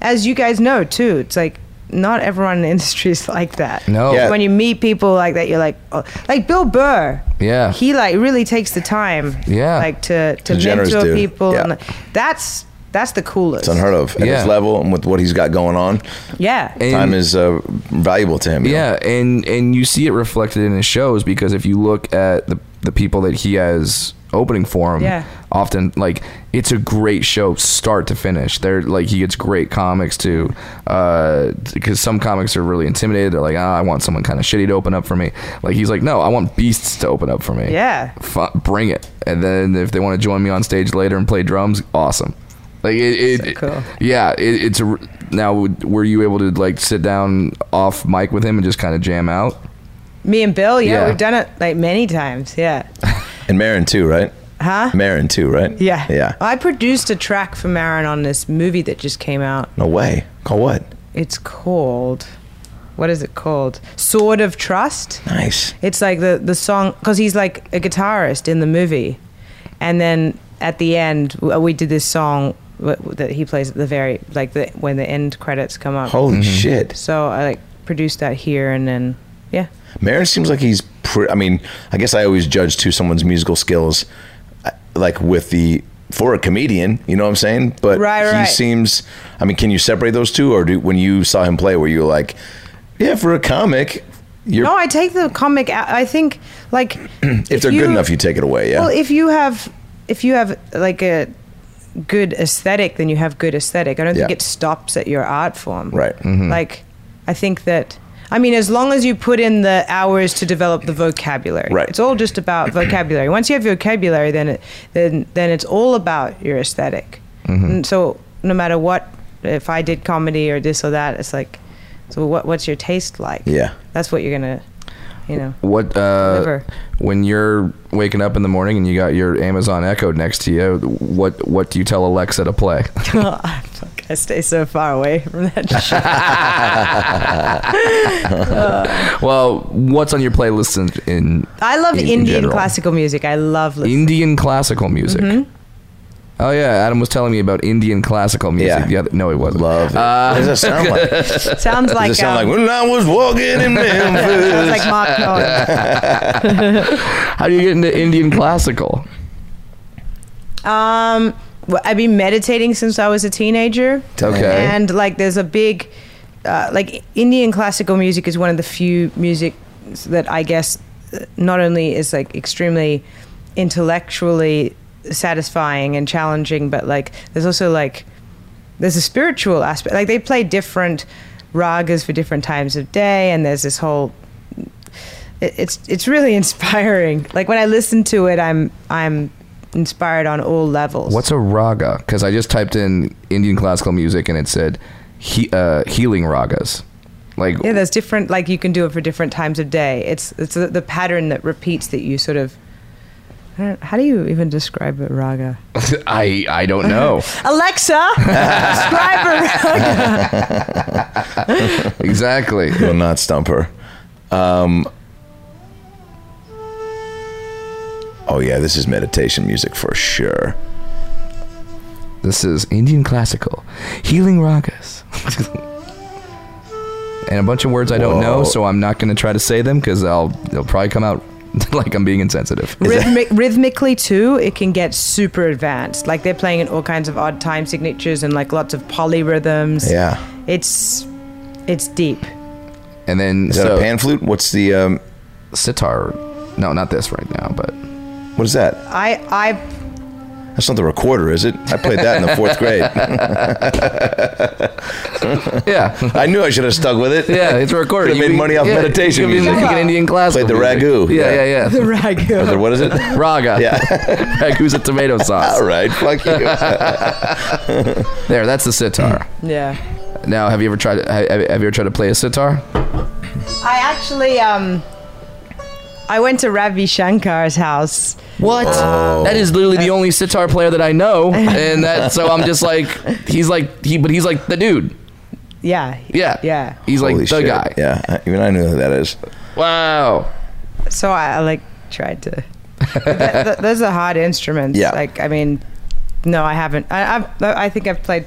G: as you guys know too it's like not everyone in the industry is like that
C: No. Yeah.
G: when you meet people like that you're like oh. like bill burr
C: Yeah.
G: he like really takes the time
C: Yeah.
G: like to to
F: He's a generous
G: mentor
F: dude.
G: people
F: Yeah.
G: and that's that's the coolest
F: it's unheard of at
C: Yeah.
F: his level and with what he's got going on.
G: yeah
C: And-
F: time is uh, valuable to him. you know?
C: Yeah, and and you see it reflected in his shows because if you look at the the people that he has opening for him,
G: Yeah.
C: often like it's a great show start to finish. They're like he gets great comics too, because some comics are really intimidated. They're like, ah, I want someone kind of shitty to open up for me. Like he's like, no, I want beasts to open up for me.
G: Yeah.
C: Fu bring it. And then if they want to join me on stage later and play drums, awesome. Like it, it
G: So cool.
C: yeah, it, it's a r now. would- Were you able to like sit down off mic with him and just kind of jam out?
G: Me and Bill, yeah,
C: Yeah.
G: we've done it like many times. Yeah.
F: and Marin too, right?
G: Huh?
F: Marin too, right?
G: Yeah.
F: yeah.
G: I produced a track for Marin on this movie that just came out.
F: No way. Call what?
G: It's called what is it called? Sword of Trust.
F: Nice.
G: It's like the the song cuz he's like a guitarist in the movie. And then at the end w- we did this song w- w- that he plays at the very like the when the end credits come up.
F: Holy shit.
G: So I like produced that here and then yeah.
F: Marin seems like he's. Pre- I mean, I guess I always judge too someone's musical skills, uh, like with the for a comedian. You know what I'm saying? But
G: Right,
F: he
G: right.
F: seems. I mean, can you separate those two, or do when you saw him play, were you like, yeah, for a comic, you're
G: No, I take the comic out. I think like
F: if they're good enough, you take it away. Yeah.
G: Well, if you have, if you have like a good aesthetic, then you have good aesthetic. I don't think
F: Yeah.
G: it stops at your art form.
F: Right. Mhm.
G: Like, I think that. I mean, as long as you put in the hours to develop the vocabulary,
F: Right.
G: it's all just about vocabulary. Once you have vocabulary, then it, then then it's all about your esthetic
F: Mm-hmm.
G: And so, no matter what, if I did comedy or this or that, it's like, so what? What's your taste like?
F: Yeah.
G: that's what you're gonna, you know.
C: What uh,
G: Never.
C: when you're waking up in the morning and you got your Amazon Echo next to you? What what do you tell Alexa to play?
G: Oh, Fuck, I stay so far away from that shit.
C: well, what's on your playlist in, in
G: I love
C: in- in
G: Indian
C: general.
G: classical music. I love listening.
C: Indian classical music?
G: Mm-hmm.
C: Oh yeah, Adam was telling me about Indian classical music.
F: Yeah.
C: the other- no, he wasn't.
F: Love. it. what does that sound like? Does
G: sounds like,
F: it sound
G: um,
F: like when I was walking in Memphis?
G: sounds like Mark Cohen.
C: How do you get into Indian classical?
G: Um, well, I've been meditating since I was a teenager.
C: Okay.
G: And like, there's a big, uh, like, Indian classical music is one of the few music that I guess uh, not only is like extremely intellectually satisfying and challenging, but like, there's also like, there's a spiritual aspect. Like, they play different ragas for different times of day, and there's this whole it- it's it's really inspiring. Like when I listen to it, I'm I'm inspired on all levels.
C: What's a raga? Because I just typed in Indian classical music and it said he, uh, healing ragas. Like
G: yeah? There's different like you can do it for different times of day. It's it's the, the pattern that repeats that you sort of I don't, how do you even describe a raga?
C: I I don't know
G: Alexa, describe a raga.
C: exactly.
F: will not stump her. Um, oh yeah, this is meditation music for sure.
C: This is Indian classical, healing ragas, and a bunch of words I don't know.
F: Whoa.
C: So I'm not going to try to say them because I'll they'll probably come out like I'm being insensitive.
G: Rhythmic, rhythmically too, it can get super advanced. Like they're playing in all kinds of odd time signatures and like lots of polyrhythms.
F: Yeah.
G: It's it's deep.
C: And then
F: Is that
C: so
F: a pan flute? What's the um,
C: sitar. No, not this right now, but
F: what is that?
G: I I
F: That's not the recorder, is it? I played that in the fourth grade.
C: yeah.
F: I knew I should have stuck with it.
C: Yeah, it's a recorder.
F: Could've
C: You
F: made
C: be-
F: money off
C: yeah,
F: meditation
C: You could be
F: music.
C: looking at Indian classical.
F: Played the
C: music.
F: ragu,
C: Yeah,
F: yeah.
C: yeah, yeah.
G: the raga.
F: Or What is it?
C: Raga.
F: Yeah.
C: Ragu's a tomato sauce.
F: All right. Fuck you.
C: There, that's the sitar.
G: yeah.
C: Now, have you ever tried? Have, have you ever tried to play a sitar?
G: I actually um I went to Ravi Shankar's house.
C: What?
F: Oh.
C: That is literally the only sitar player that I know, and that so I'm just like he's like he, but he's like the dude.
G: Yeah.
C: Yeah.
G: Yeah.
C: He's like
F: Holy
C: the
F: shit.
C: guy.
F: Yeah. I- Even I knew who that is.
C: Wow.
G: So I, I like tried to. Th- th- those are hard instruments.
F: Yeah.
G: Like I mean, no, I haven't. I I've, I think I've played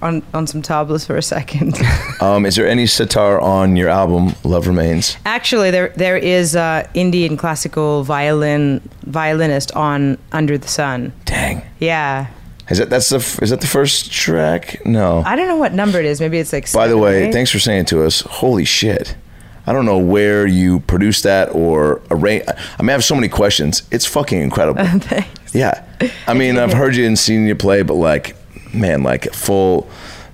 G: on on some tablas for a second.
F: Um, is there any sitar on your album Love Remains?
G: Actually, there there is a Indian classical violin violinist on Under the Sun.
F: Dang.
G: Yeah.
F: Is that that's the f- is that the first track? No.
G: I don't know what number it is. Maybe it's like.
F: By the
G: seven,
F: way,
G: right?
F: thanks for saying it to us. Holy shit. I don't know where you produced that or arrange. I mean, I have so many questions. It's fucking incredible. Yeah. I mean, I've heard you and seen you play, but like, man, like a full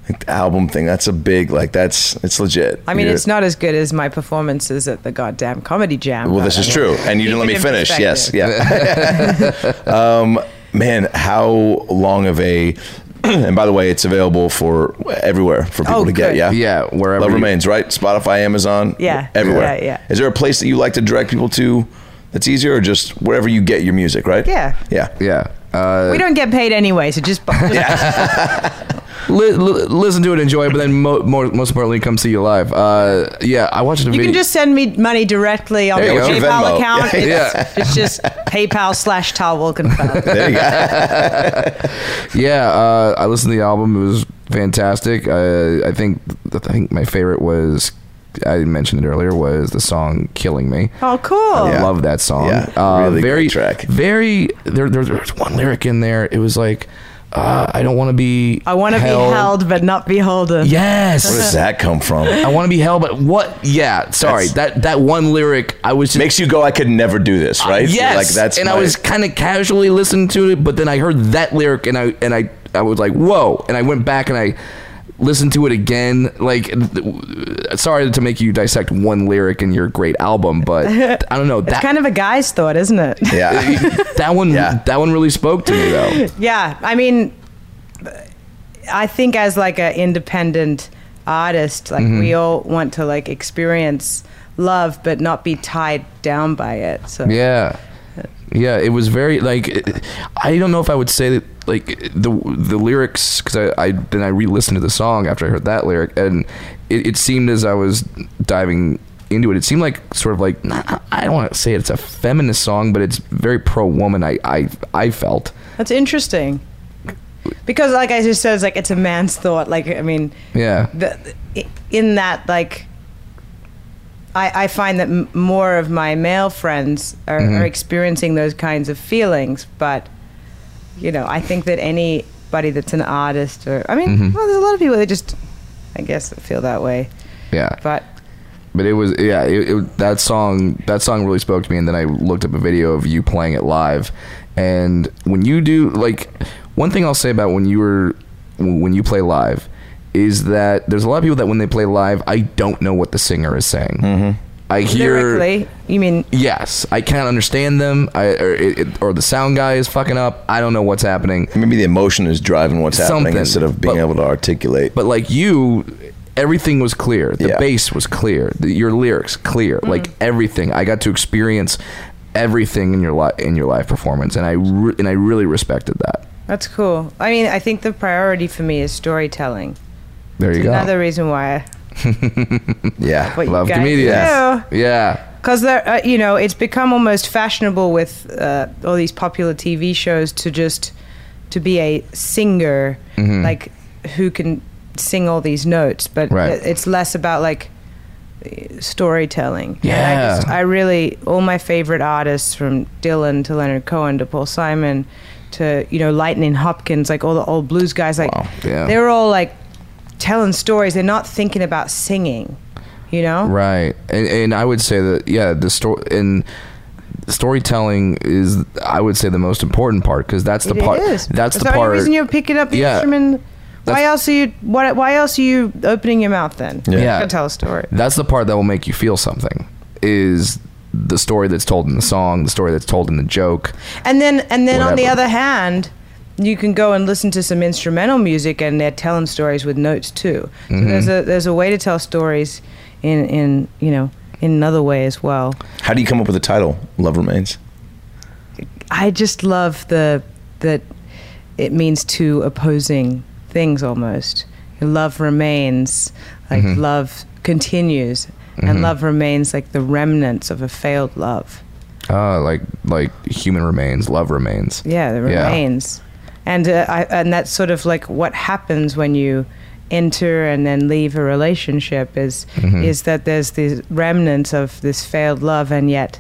F: like, album thing, that's a big, like, that's, it's legit.
G: I mean,
F: You're-
G: it's not as good as my performances at the goddamn comedy jam.
F: Well,
G: but
F: this
G: I
F: is
G: mean,
F: true. And you didn't let me
G: Keep it in
F: finish. Yes.
G: perspective.
F: Yeah. um, man, how long of a, and by the way, it's available for everywhere for people
G: Oh,
F: to get.
G: good.
F: Yeah.
C: Yeah, wherever
F: Love
C: you-
F: Remains, right? Spotify, Amazon. e-
G: Yeah.
F: Everywhere.
G: Yeah, yeah.
F: Is there a place that you like to direct people to that's easier or just wherever you get your music, right?
G: Yeah.
F: Yeah.
C: Yeah. Uh,
G: We don't get paid anyway, so just.
C: li- li- listen to it, enjoy it, but then mo- more, most importantly, come see you live. Uh, yeah, I watched a
G: You
C: video.
G: can just send me money directly on
C: There
G: the
C: you go.
F: Your
G: PayPal
F: Venmo.
G: account.
F: Yeah.
G: It's, it's just PayPal slash towel confirmed.
F: There you go.
C: Yeah, uh, I listened to the album. It was fantastic. Uh, I think I think my favorite was I mentioned it earlier was the song "Killing Me."
G: Oh, cool.
C: I
F: Yeah.
C: love that song. Uh,
F: Yeah, really great
C: very
F: track.
C: Very there, there. There's one lyric in there. It was like, uh, "I don't want to be.
G: I want to be held but not beholden.
C: Yes.
F: Where does that come from?
C: I want to be held, but what? Yeah. Sorry. that that one lyric. I was just
F: Makes you go, I could never do this, right?
C: Uh, Yes,
F: Like that's
C: and I
F: my-
C: was kind of casually listening to it, but then I heard that lyric, and I and I I was like, whoa! And I went back and I listened to it again. Like, th- sorry to make you dissect one lyric in your great album, but I don't know
G: It's
C: that
G: kind of a guy's thought, isn't it?
F: Yeah.
C: that one
F: Yeah.
C: that one really spoke to me though.
G: yeah. I mean, I think as like an independent artist, like we all want to like experience love but not be tied down by it. So
C: Yeah. Yeah, it was very like it- I don't know if I would say that like the the lyrics because I, I then I re-listened to the song after I heard that lyric and it, it seemed as I was diving into it, it seemed like sort of like not, I don't want to say it's a feminist song, but it's very pro woman. I, I I felt
G: that's interesting. Because like I just said, it's like it's a man's thought. Like I mean,
C: yeah
G: the, in that like I, I find that m- more of my male friends are,
C: Mm-hmm.
G: are experiencing those kinds of feelings but you know i think that anybody that's an artist or i mean
C: Mm-hmm.
G: well there's a lot of people that just i guess feel that way
C: yeah.
G: but
C: But it was yeah, it, it, that song that song really spoke to me. And then I looked up a video of you playing it live, and when you do like one thing I'll say about when you were when you play live is that there's a lot of people that when they play live, I don't know what the singer is saying. Mm-hmm. I hear
G: lyrically you mean
C: yes, I can't understand them. I or, it, it- or the sound guy is fucking up. I don't know what's happening.
F: Maybe the emotion is driving what's
C: Something,
F: happening instead of being
C: but-
F: able to articulate.
C: but like you everything was clear the
F: Yeah.
G: Mm.
C: bass was clear the, your lyrics clear like everything i got to experience everything in your life in your live performance, and I re- and I really respected that.
G: That's cool. I mean, I think the priority for me is storytelling.
C: There you go.
G: Another reason why,
C: yeah,
G: what you
C: love
G: guys
C: comedians.
G: do.
C: Yeah,
G: because uh, you know, it's become almost fashionable with uh, all these popular TV shows to just to be a singer,
C: Mm-hmm.
G: like who can sing all these notes. But
C: Right.
G: it- it's less about like storytelling. And
C: Yeah.
G: I, just, I really all my favorite artists from Dylan to Leonard Cohen to Paul Simon to you know Lightning Hopkins, like all the old blues guys, like
C: Wow, yeah.
G: they're all like telling stories. They're not thinking about singing, you know.
C: right. And and I would say that yeah, the story and storytelling is I would say the most important part because that's the
G: It
C: part
G: is.
C: that's the
G: only
C: part.
G: reason you're picking up the
C: Yeah.
G: instrument. Why
C: That's-
G: else are you? What? Why else are you opening your mouth then?
C: Yeah.
G: You gotta tell a story.
C: that's the part that will make you feel something is the story that's told in the song the story that's told in the joke
G: And then, and then on the
C: Whatever.
G: other hand, you can go and listen to some instrumental music, and they're telling stories with notes too. So
C: Mm-hmm.
G: there's a there's a way to tell stories in in you know in another way as well.
F: How do you come up with the title? Love remains.
G: I just love the that it means two opposing things almost. Love remains, like love continues, and love remains like the remnants of a failed love.
C: uh, like like human remains love remains
G: Yeah, the
C: Yeah.
G: remains, and uh, I, and that's sort of like what happens when you enter and then leave a relationship is is that there's these remnants of this failed love, and yet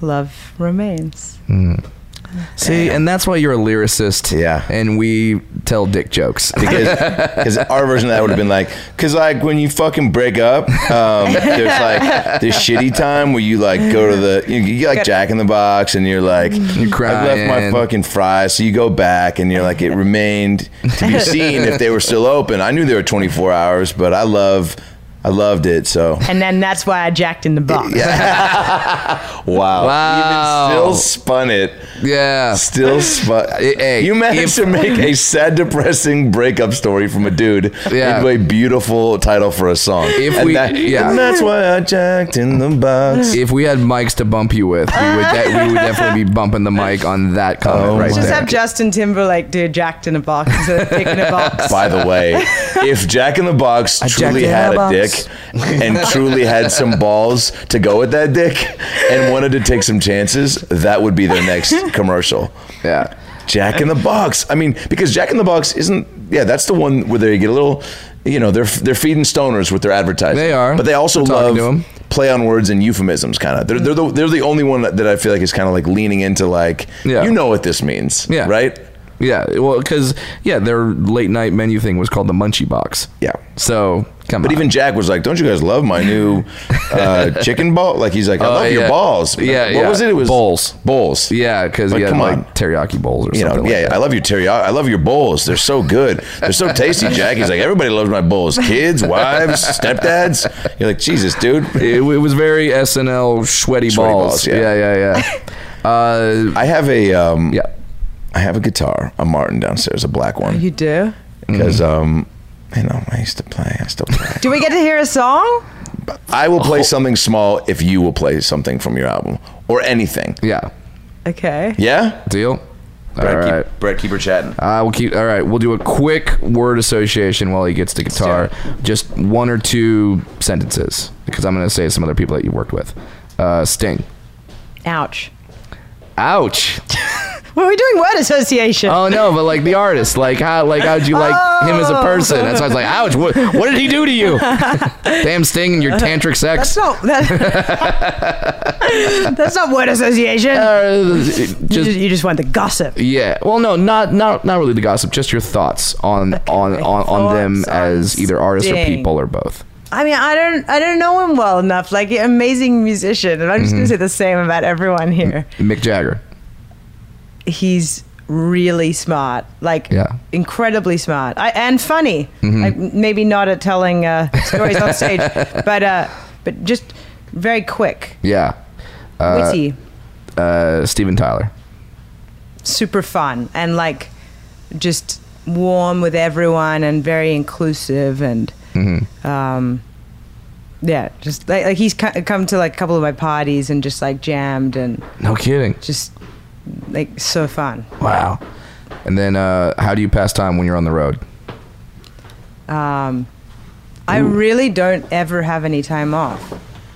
G: love remains.
C: see and that's why you're a lyricist
F: Yeah.
C: and we tell dick jokes
F: because 'cause our version of that would have been like because like when you fucking break up um, there's like this shitty time where you like go to the you, you get, like jack in the box and you're like you
C: crying.
F: i left my fucking fries so you go back and you're like it remained to be seen if they were still open i knew they were 24 hours but i love i loved it so
G: And then that's why I jacked in the box.
F: wow
C: Wow.
F: even still spun it
C: yeah
F: Still spun.
C: hey,
F: you managed
C: if-
F: to make a sad, depressing breakup story from a dude
C: Yeah.
F: into a beautiful title for a song.
C: If
F: and
C: we-
F: that-
C: yeah.
F: and that's why I jacked in the box.
C: if we had mics to bump you with we would, de- we would definitely be bumping the mic on that comment
F: Oh
C: right
F: my
G: Just
C: there
G: have Justin Timberlake do Jacked in a Box instead of Dick in a Box.
F: By the way, if Jack in the Box truly
C: in
F: had
C: the
F: a
C: Box.
F: dick and truly had some balls to go with that dick and wanted to take some chances, that would be their next commercial.
C: yeah
F: Jack in the Box. I mean, because Jack in the Box isn't. Yeah, that's the one where they get a little. You know, they're they're feeding stoners with their advertising.
C: They are.
F: but they also
C: We're talking
F: love
C: to 'em.
F: play on words and euphemisms. Kind of. They're they're the, they're the only one that, that I feel like is kind of like leaning into like.
C: Yeah.
F: You know what this means.
C: Yeah.
F: Right.
C: yeah well because yeah their late night menu thing was called the munchie box
F: Yeah.
C: so come
F: But
C: on
F: even Jack was like, "Don't you guys love my new uh, chicken ball?" Like he's like, "I
C: Oh,
F: love your
C: yeah.
F: balls." But
C: Yeah,
F: What
C: yeah.
F: was it? It was
C: Bowls.
F: Bowls.
C: Yeah, because
F: Like,
C: he had
F: come
C: like
F: on.
C: teriyaki bowls or
F: you know,
C: something. like
F: yeah,
C: that.
F: I love your teriyaki. I love your bowls. They're so good. They're so tasty, Jack. He's like, everybody loves my bowls. Kids, wives, stepdads. You're like, Jesus, dude.
C: it, it was very SNL sweaty,
F: Sweaty
C: balls.
F: balls, yeah.
C: yeah, yeah, yeah. uh,
F: I have a, um,
C: yeah.
F: I have a guitar, a Martin downstairs, a black one,
G: You do?
C: Mm-hmm.
F: because um, you know, I used to play. I still play.
G: Do we get to hear a song?
F: I will
C: Oh.
F: play something small if you will play something from your album or anything.
C: yeah,
G: Okay.
F: Yeah.
C: Deal. All
F: Brett,
C: right.
F: keep, Brett, keep her chatting.
C: Uh, we'll keep. All right. We'll do a quick word association while he gets the guitar. Just one or two sentences, because I'm gonna say some other people that you worked with. Uh, Sting.
G: Ouch.
C: Ouch.
G: Well, we're doing word association.
C: Oh no, but like the artist, like how, like how'd you like him as
G: Oh.
C: a person? That's why I was like, ouch. What, what did he do to you? Damn, Sting and your tantric sex.
G: That's not that, That's not word association.
C: Uh,
G: you,
C: just
G: just, you just want the gossip.
C: yeah. Well, no, not not not really the gossip. Just your thoughts on on on, on them
G: Thoughts on
C: as either artists or
G: Sting.
C: people or both.
G: I mean, I don't, I don't know him well enough. Like, amazing musician, and I'm just gonna
C: Mm-hmm.
G: say the same about everyone here.
C: Mick Jagger.
G: he's really smart, like
C: Yeah.
G: incredibly smart I, and funny. Like maybe not at telling uh, stories on stage, but uh, but just very quick,
C: Yeah.
G: witty,
C: Uh, Steven Tyler.
G: super fun, and like just warm with everyone and very inclusive and um, yeah, just like, like he's co- come to like a couple of my parties and just like jammed and
C: No kidding.
G: just like so fun.
C: Wow. And then, uh, how do you pass time when you're on the road?
G: I really don't ever have any time off.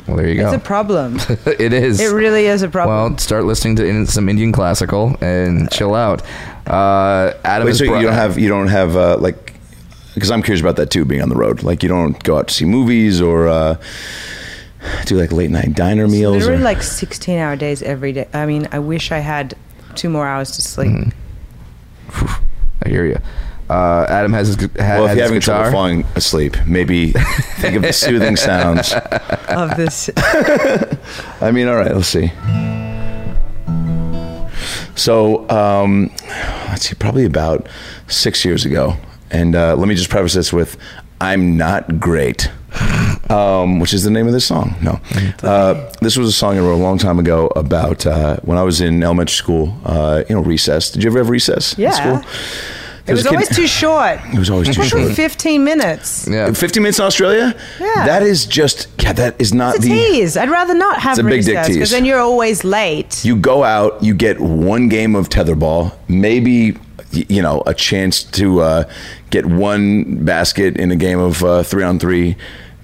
C: Well, there you
G: It's
C: go.
G: a problem.
C: it is.
G: it really is a problem.
C: Well, start listening to in- some Indian classical and chill out. Uh, Adam
F: Wait,
C: is
F: so
C: bro-
F: you don't have you don't have uh, like because I'm curious about that too. Being on the road, like you don't go out to see movies or uh, do like late night diner meals.
G: Literally
F: Or,
G: like 16 hour days every day. I mean, I wish I had two more hours to sleep.
F: Mm-hmm.
C: I hear you. Uh, Adam has his, gu- ha-
F: well, if
C: has
F: you're
C: his
F: having
C: guitar.
F: trouble falling asleep, maybe think of the soothing sounds.
G: Of this,
F: I mean, all right, let's see. So, um, let's see, probably about six years ago. And uh, let me just preface this with I'm not great, um, which is the name of this song. No. Uh, this was a song I wrote a long time ago about uh, when I was in elementary school, uh, you know, recess. Did you ever have recess
G: Yeah.
F: in school?
G: it was always too short.
F: It was always too
G: Probably
F: short.
G: 15 minutes.
C: yeah.
F: 50 minutes in Australia?
G: Yeah.
F: That is just, yeah, that is not
G: It's a
F: the.
G: tease. I'd rather not have
F: It's a big dick
G: recess because
F: tease.
G: then you're always late.
F: you go out, you get one game of tetherball, maybe y- you know a chance to uh, get one basket in a game of uh, three on three.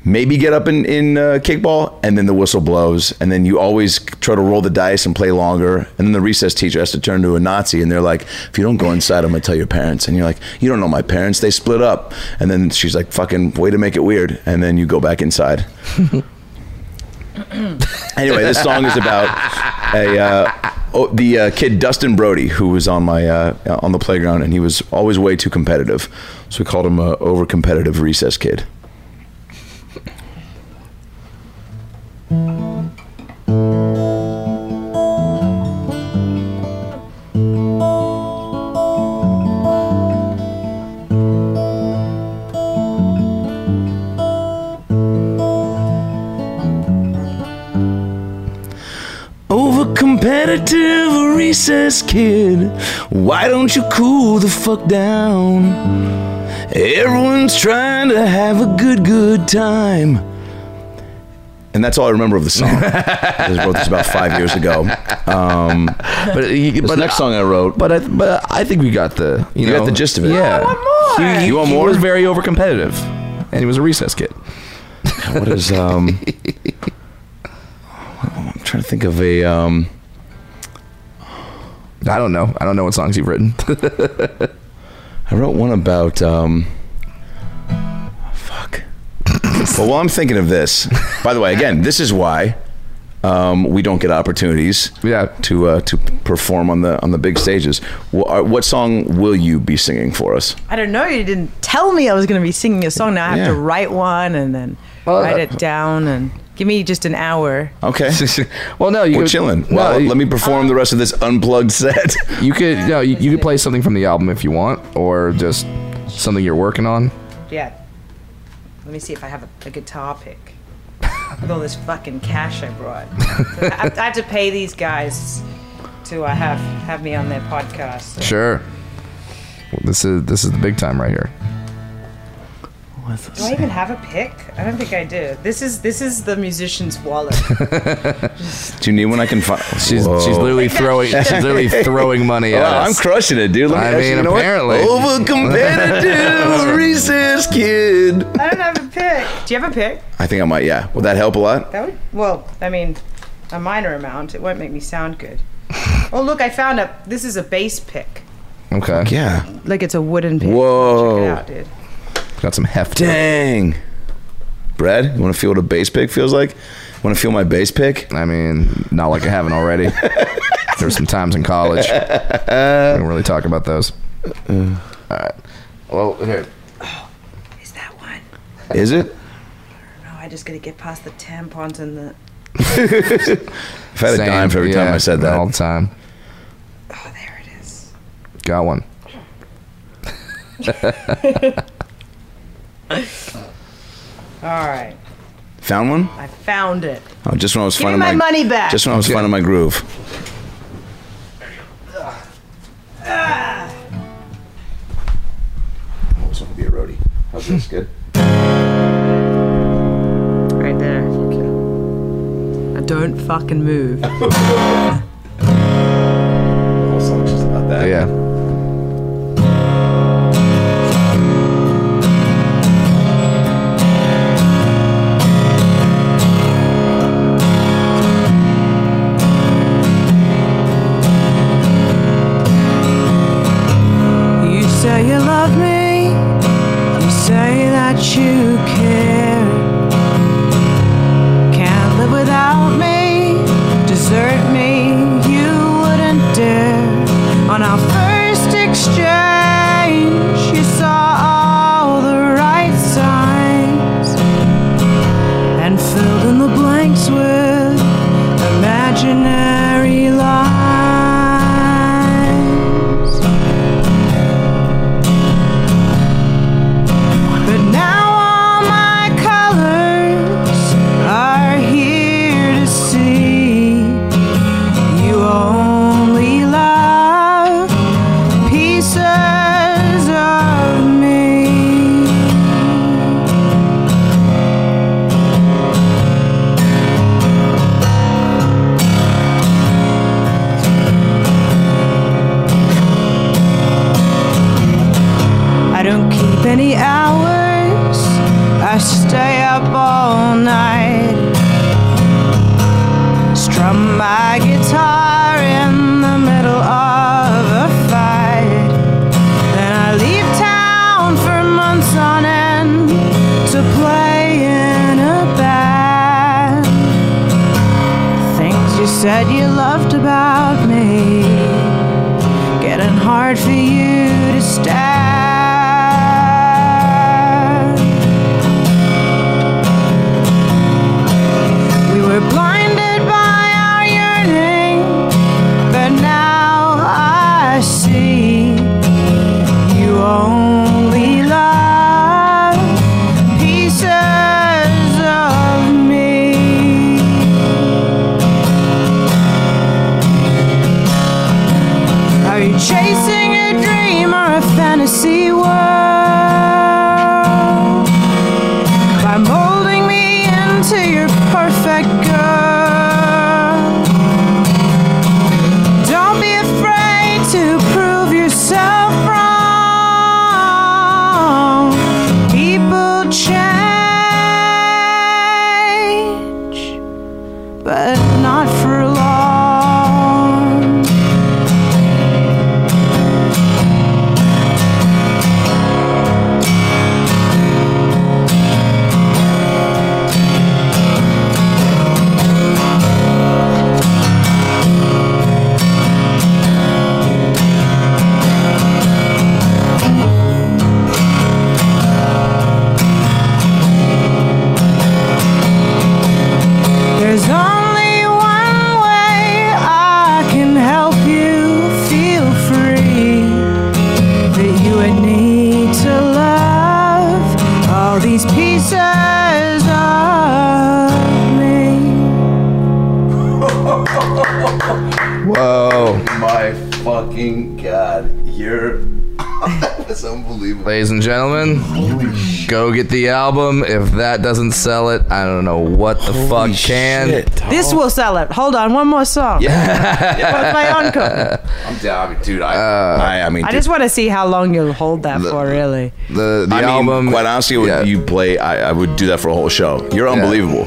F: Maybe get up in, in uh, kickball, and then the whistle blows, and then you always try to roll the dice and play longer. And then the recess teacher has to turn to a Nazi, and they're like, "If you don't go inside, I'm gonna tell your parents." And you're like, "You don't know my parents; they split up." And then she's like, "Fucking way to make it weird." And then you go back inside. Anyway, this song is about a uh, oh, the uh, kid Dustin Brody who was on my uh, on the playground, and he was always way too competitive, so we called him a over competitive recess kid. Over competitive recess kid, why don't you cool the fuck down? Everyone's trying to have a good good time. And that's all I remember of the song. I just wrote this about five years ago. Um,
C: but he-
F: this
C: but
F: next song I wrote,
C: But I, but I think we got the you,
F: uh, You
C: know
F: got the gist of it.
C: Yeah.
F: I
C: want more. He, he-
F: You want
C: he
F: more?
C: was very overcompetitive, and he was a recess kid.
F: what is um I'm trying to think of a um
C: I don't know. I don't know what songs you've written.
F: I wrote one about um fuck. well, while I'm thinking of this, by the way, again, this is why um, we don't get opportunities
C: Yeah.
F: to uh, to perform on the on the big stages. Wha- are- What song will you be singing for us?
G: I don't know. You didn't tell me I was going to be singing a song. Now I have to
F: Yeah.
G: write one and then
C: Well,
G: write
C: uh,
G: it down and give me just an hour.
F: Okay,
C: well, no, you
F: we're
C: could-
F: chilling.
C: No,
F: well,
C: you-
F: let me perform the rest of this unplugged set.
C: You could no, you, you could play something from the album if you want, or just something you're working on.
G: Yeah. Let me see if I have a, a guitar pick. With all this fucking cash I brought, I, have- I have to pay these guys to uh, have have me on their podcast.
C: Sure. Well, this is this is the big time right here.
G: Do I even have a pick? I don't think I do. This is this is the musician's wallet.
F: Do you need one I can find?
C: She's she's literally throwing she's literally throwing money at
F: Wow, Oh, I'm
C: us.
F: crushing it, dude. Let me
C: I
F: actually,
C: mean,
F: you know what?
C: apparently.
F: over competitive recess kid.
G: I don't have a pick. Do you have a pick?
F: I think I might. Yeah, would that help a lot?
G: That would well, I mean, a minor amount. It won't make me sound good. Oh look, I found a. This is a bass pick.
C: okay.
F: Yeah.
G: Like it's a wooden pick. Check
F: Whoa.
G: it out, dude.
C: Got some heft. to it.
F: Dang. Brad, you want to feel what a bass pick feels like? Want to feel my bass pick?
C: I mean, not like I haven't already. There's some times in college. We don't really talk about those.
F: Uh.
C: All right. Well, here.
G: Is that one?
F: Is it?
G: No, I just gotta get past the tampons and the.
F: If I had a
C: Same.
F: dime for every time
C: Yeah,
F: I said that.
C: All the time.
G: Oh, there it is.
C: Got one.
G: All right,
F: Found one?
G: I found it.
F: Oh, just when I was
G: Give me
F: finding
G: my money back.
F: Just when I was finding my groove. I was going to be a roadie. How's this? Good.
G: Right there.
I: fucking move.
F: Whole song's just about that.
C: Yeah.
G: You say you love me, you say that you care. Can't live without me, desert me, you wouldn't dare. On our first exchange, you saw all the right signs and filled in the blanks with imaginary lines. But now all my colors are here to see. You only love pieces of me. I don't keep any hours. I stay up all night. Strum my guitar in the middle of a fight. Then I leave town for months on end to play in a band. Things you said you loved about me getting hard for you to stand. We were blinded by our yearning, but now I see you only love pieces of me. Are you chasing a dream or a fantasy world? By molding me into your perfect girl. Don't be afraid to prove yourself wrong. People change, but not for long. There's only one way I can help you feel free. That you would need to love all these pieces of me.
C: Whoa.
F: My fucking god, you're that's unbelievable.
C: Ladies and gentlemen, go get the album. If that doesn't sell it, I don't know what the fuck can.
I: this will sell it. Hold on, one more song. What's my encore?
F: I'm down, I mean, dude. I, Uh, I, I mean,
I: I
F: dude,
I: just want to see how long you'll hold that for, really.
C: The the
F: I mean,
C: album.
F: quite honestly, would
C: yeah,
F: you play? I, I would do that for a whole show. You're unbelievable.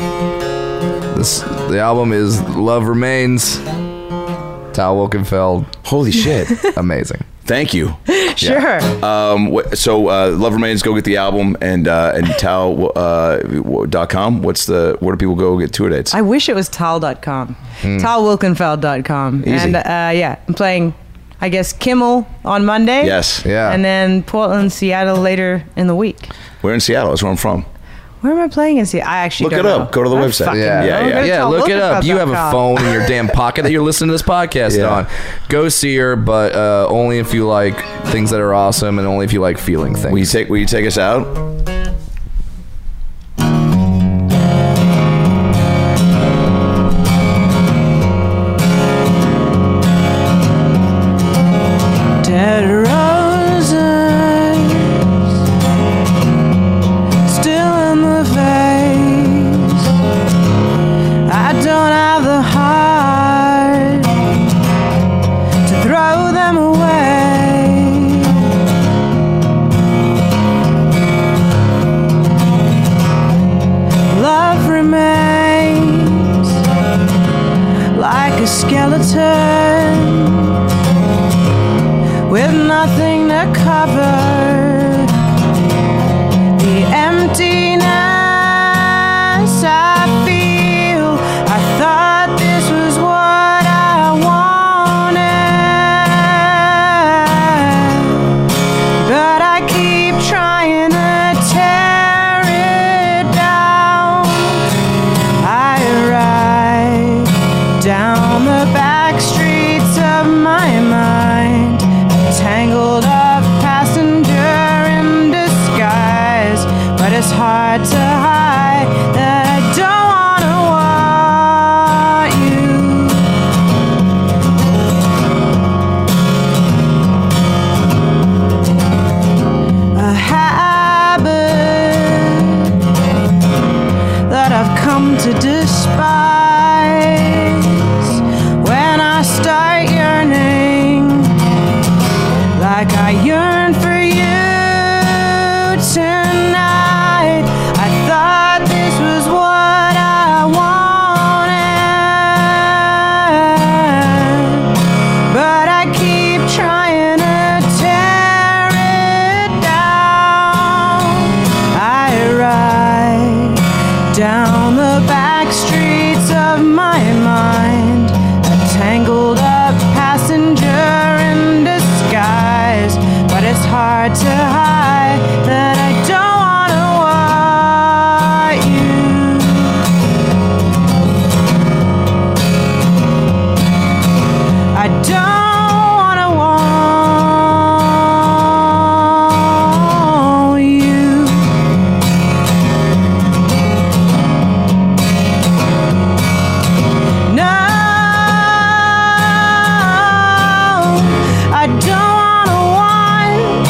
C: this, the album is Love Remains. Tal Wilkenfeld,
F: Holy shit!
C: amazing.
F: Thank you.
I: Sure.
F: Um, wh- so uh, Love Remains, go get the album and uh, and Tao uh, w- dot com. What's the where do people go get tour dates?
I: I wish it was tal.com. Talwilkenfeld.com.
F: Hmm. Easy.
I: And uh, yeah, I'm playing, I guess, Kimmel on Monday.
F: yes,
C: Yeah.
I: And then Portland, Seattle later in the week.
F: We're in Seattle. That's where I'm from.
I: Where am I playing in Seattle? I actually
F: Look
I: don't
F: it up.
I: know.
F: Go to the
I: I
F: website.
I: fucking
C: Yeah,
I: don't know.
F: Yeah, yeah.
I: Go to
C: yeah. Look it up. You have a
I: talwilkenfeld.com.
C: phone in your damn pocket that you're listening to this podcast
F: Yeah.
C: on. Go see her, but uh, only if you like things that are awesome and only if you like feeling things.
F: Will you take Will you take us out?
G: dead roses still in the vase. I don't have the heart. nothing to cover the emptiness I feel. I thought this was what I wanted, but I keep trying to tear it down. I ride down the back streets of my mind, a tangled up passenger in disguise. But it's hard to hide that I don't wanna want you. A habit that I've come to despise. When I start yearning, like I yearn for you tonight, I thought this was what I wanted, but I keep trying to tear it down. I ride down the back streets of my mind, a tangled up passenger in disguise. But it's hard to hide that I don't wanna want you. I don't wanna want you. No, I don't wanna want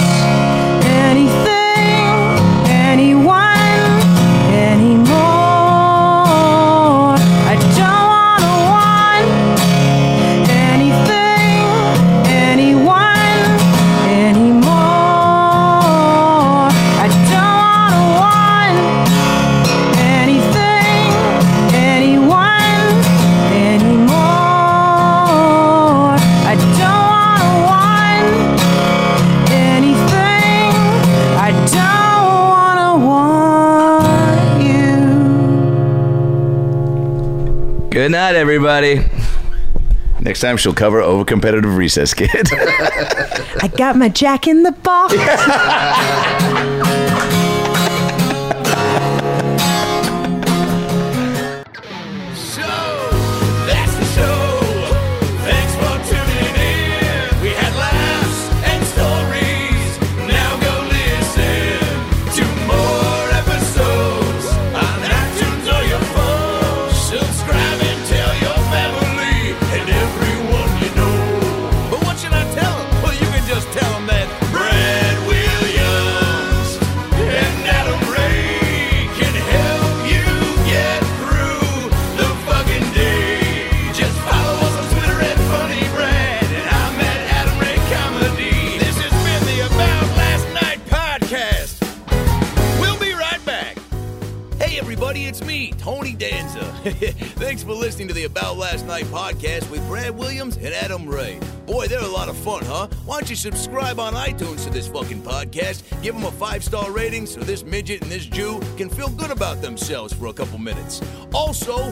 G: anything, anyone, anymore. I don't wanna want anything, anyone, anymore. I don't wanna want anything, anyone, anymore. I don't wanna want anything. I don't wanna want you.
C: Good night, everybody.
J: Next time she'll cover over competitive recess kid.
K: I got my jack in the box.
F: So that's the show. Thanks for tuning in. We had laughs and stories. Now go listen to more episodes on iTunes or your phone. Subscribe and tell your family and everyone you know. But what should I tell them? Well, you can just tell them that Brad Williams and Adam Ray can help you get through the fucking day. Just follow us on Twitter at Funny Brad, and I'm at Adam Ray Comedy. This has been the About Last Night podcast. We'll be right back. Hey, everybody, it's me, Tony Danza. Thanks for listening to the About Last Night podcast with Brad Williams and Adam Ray. Boy, they're a lot of fun, huh? Why don't you subscribe on iTunes to this fucking podcast? Give them a five star rating so this midget and this Jew can feel good about themselves for a couple minutes. Also,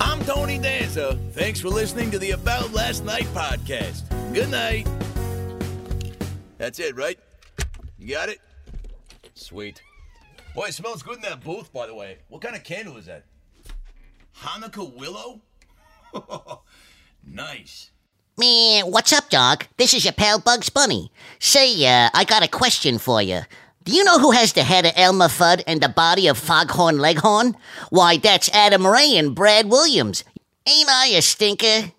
F: I'm Tony Danza. Thanks for listening to the About Last Night podcast. Good night. That's it, right? You got it? Sweet. Boy, it smells good in that booth, by the way. What kind of candle is that? Hanukkah willow? nice.
L: Man, what's up, dog? This is your pal Bugs Bunny. Say, uh, I got a question for you. Do you know who has the head of Elmer Fudd and the body of Foghorn Leghorn? Why, that's Adam Ray and Brad Williams. Ain't I a stinker?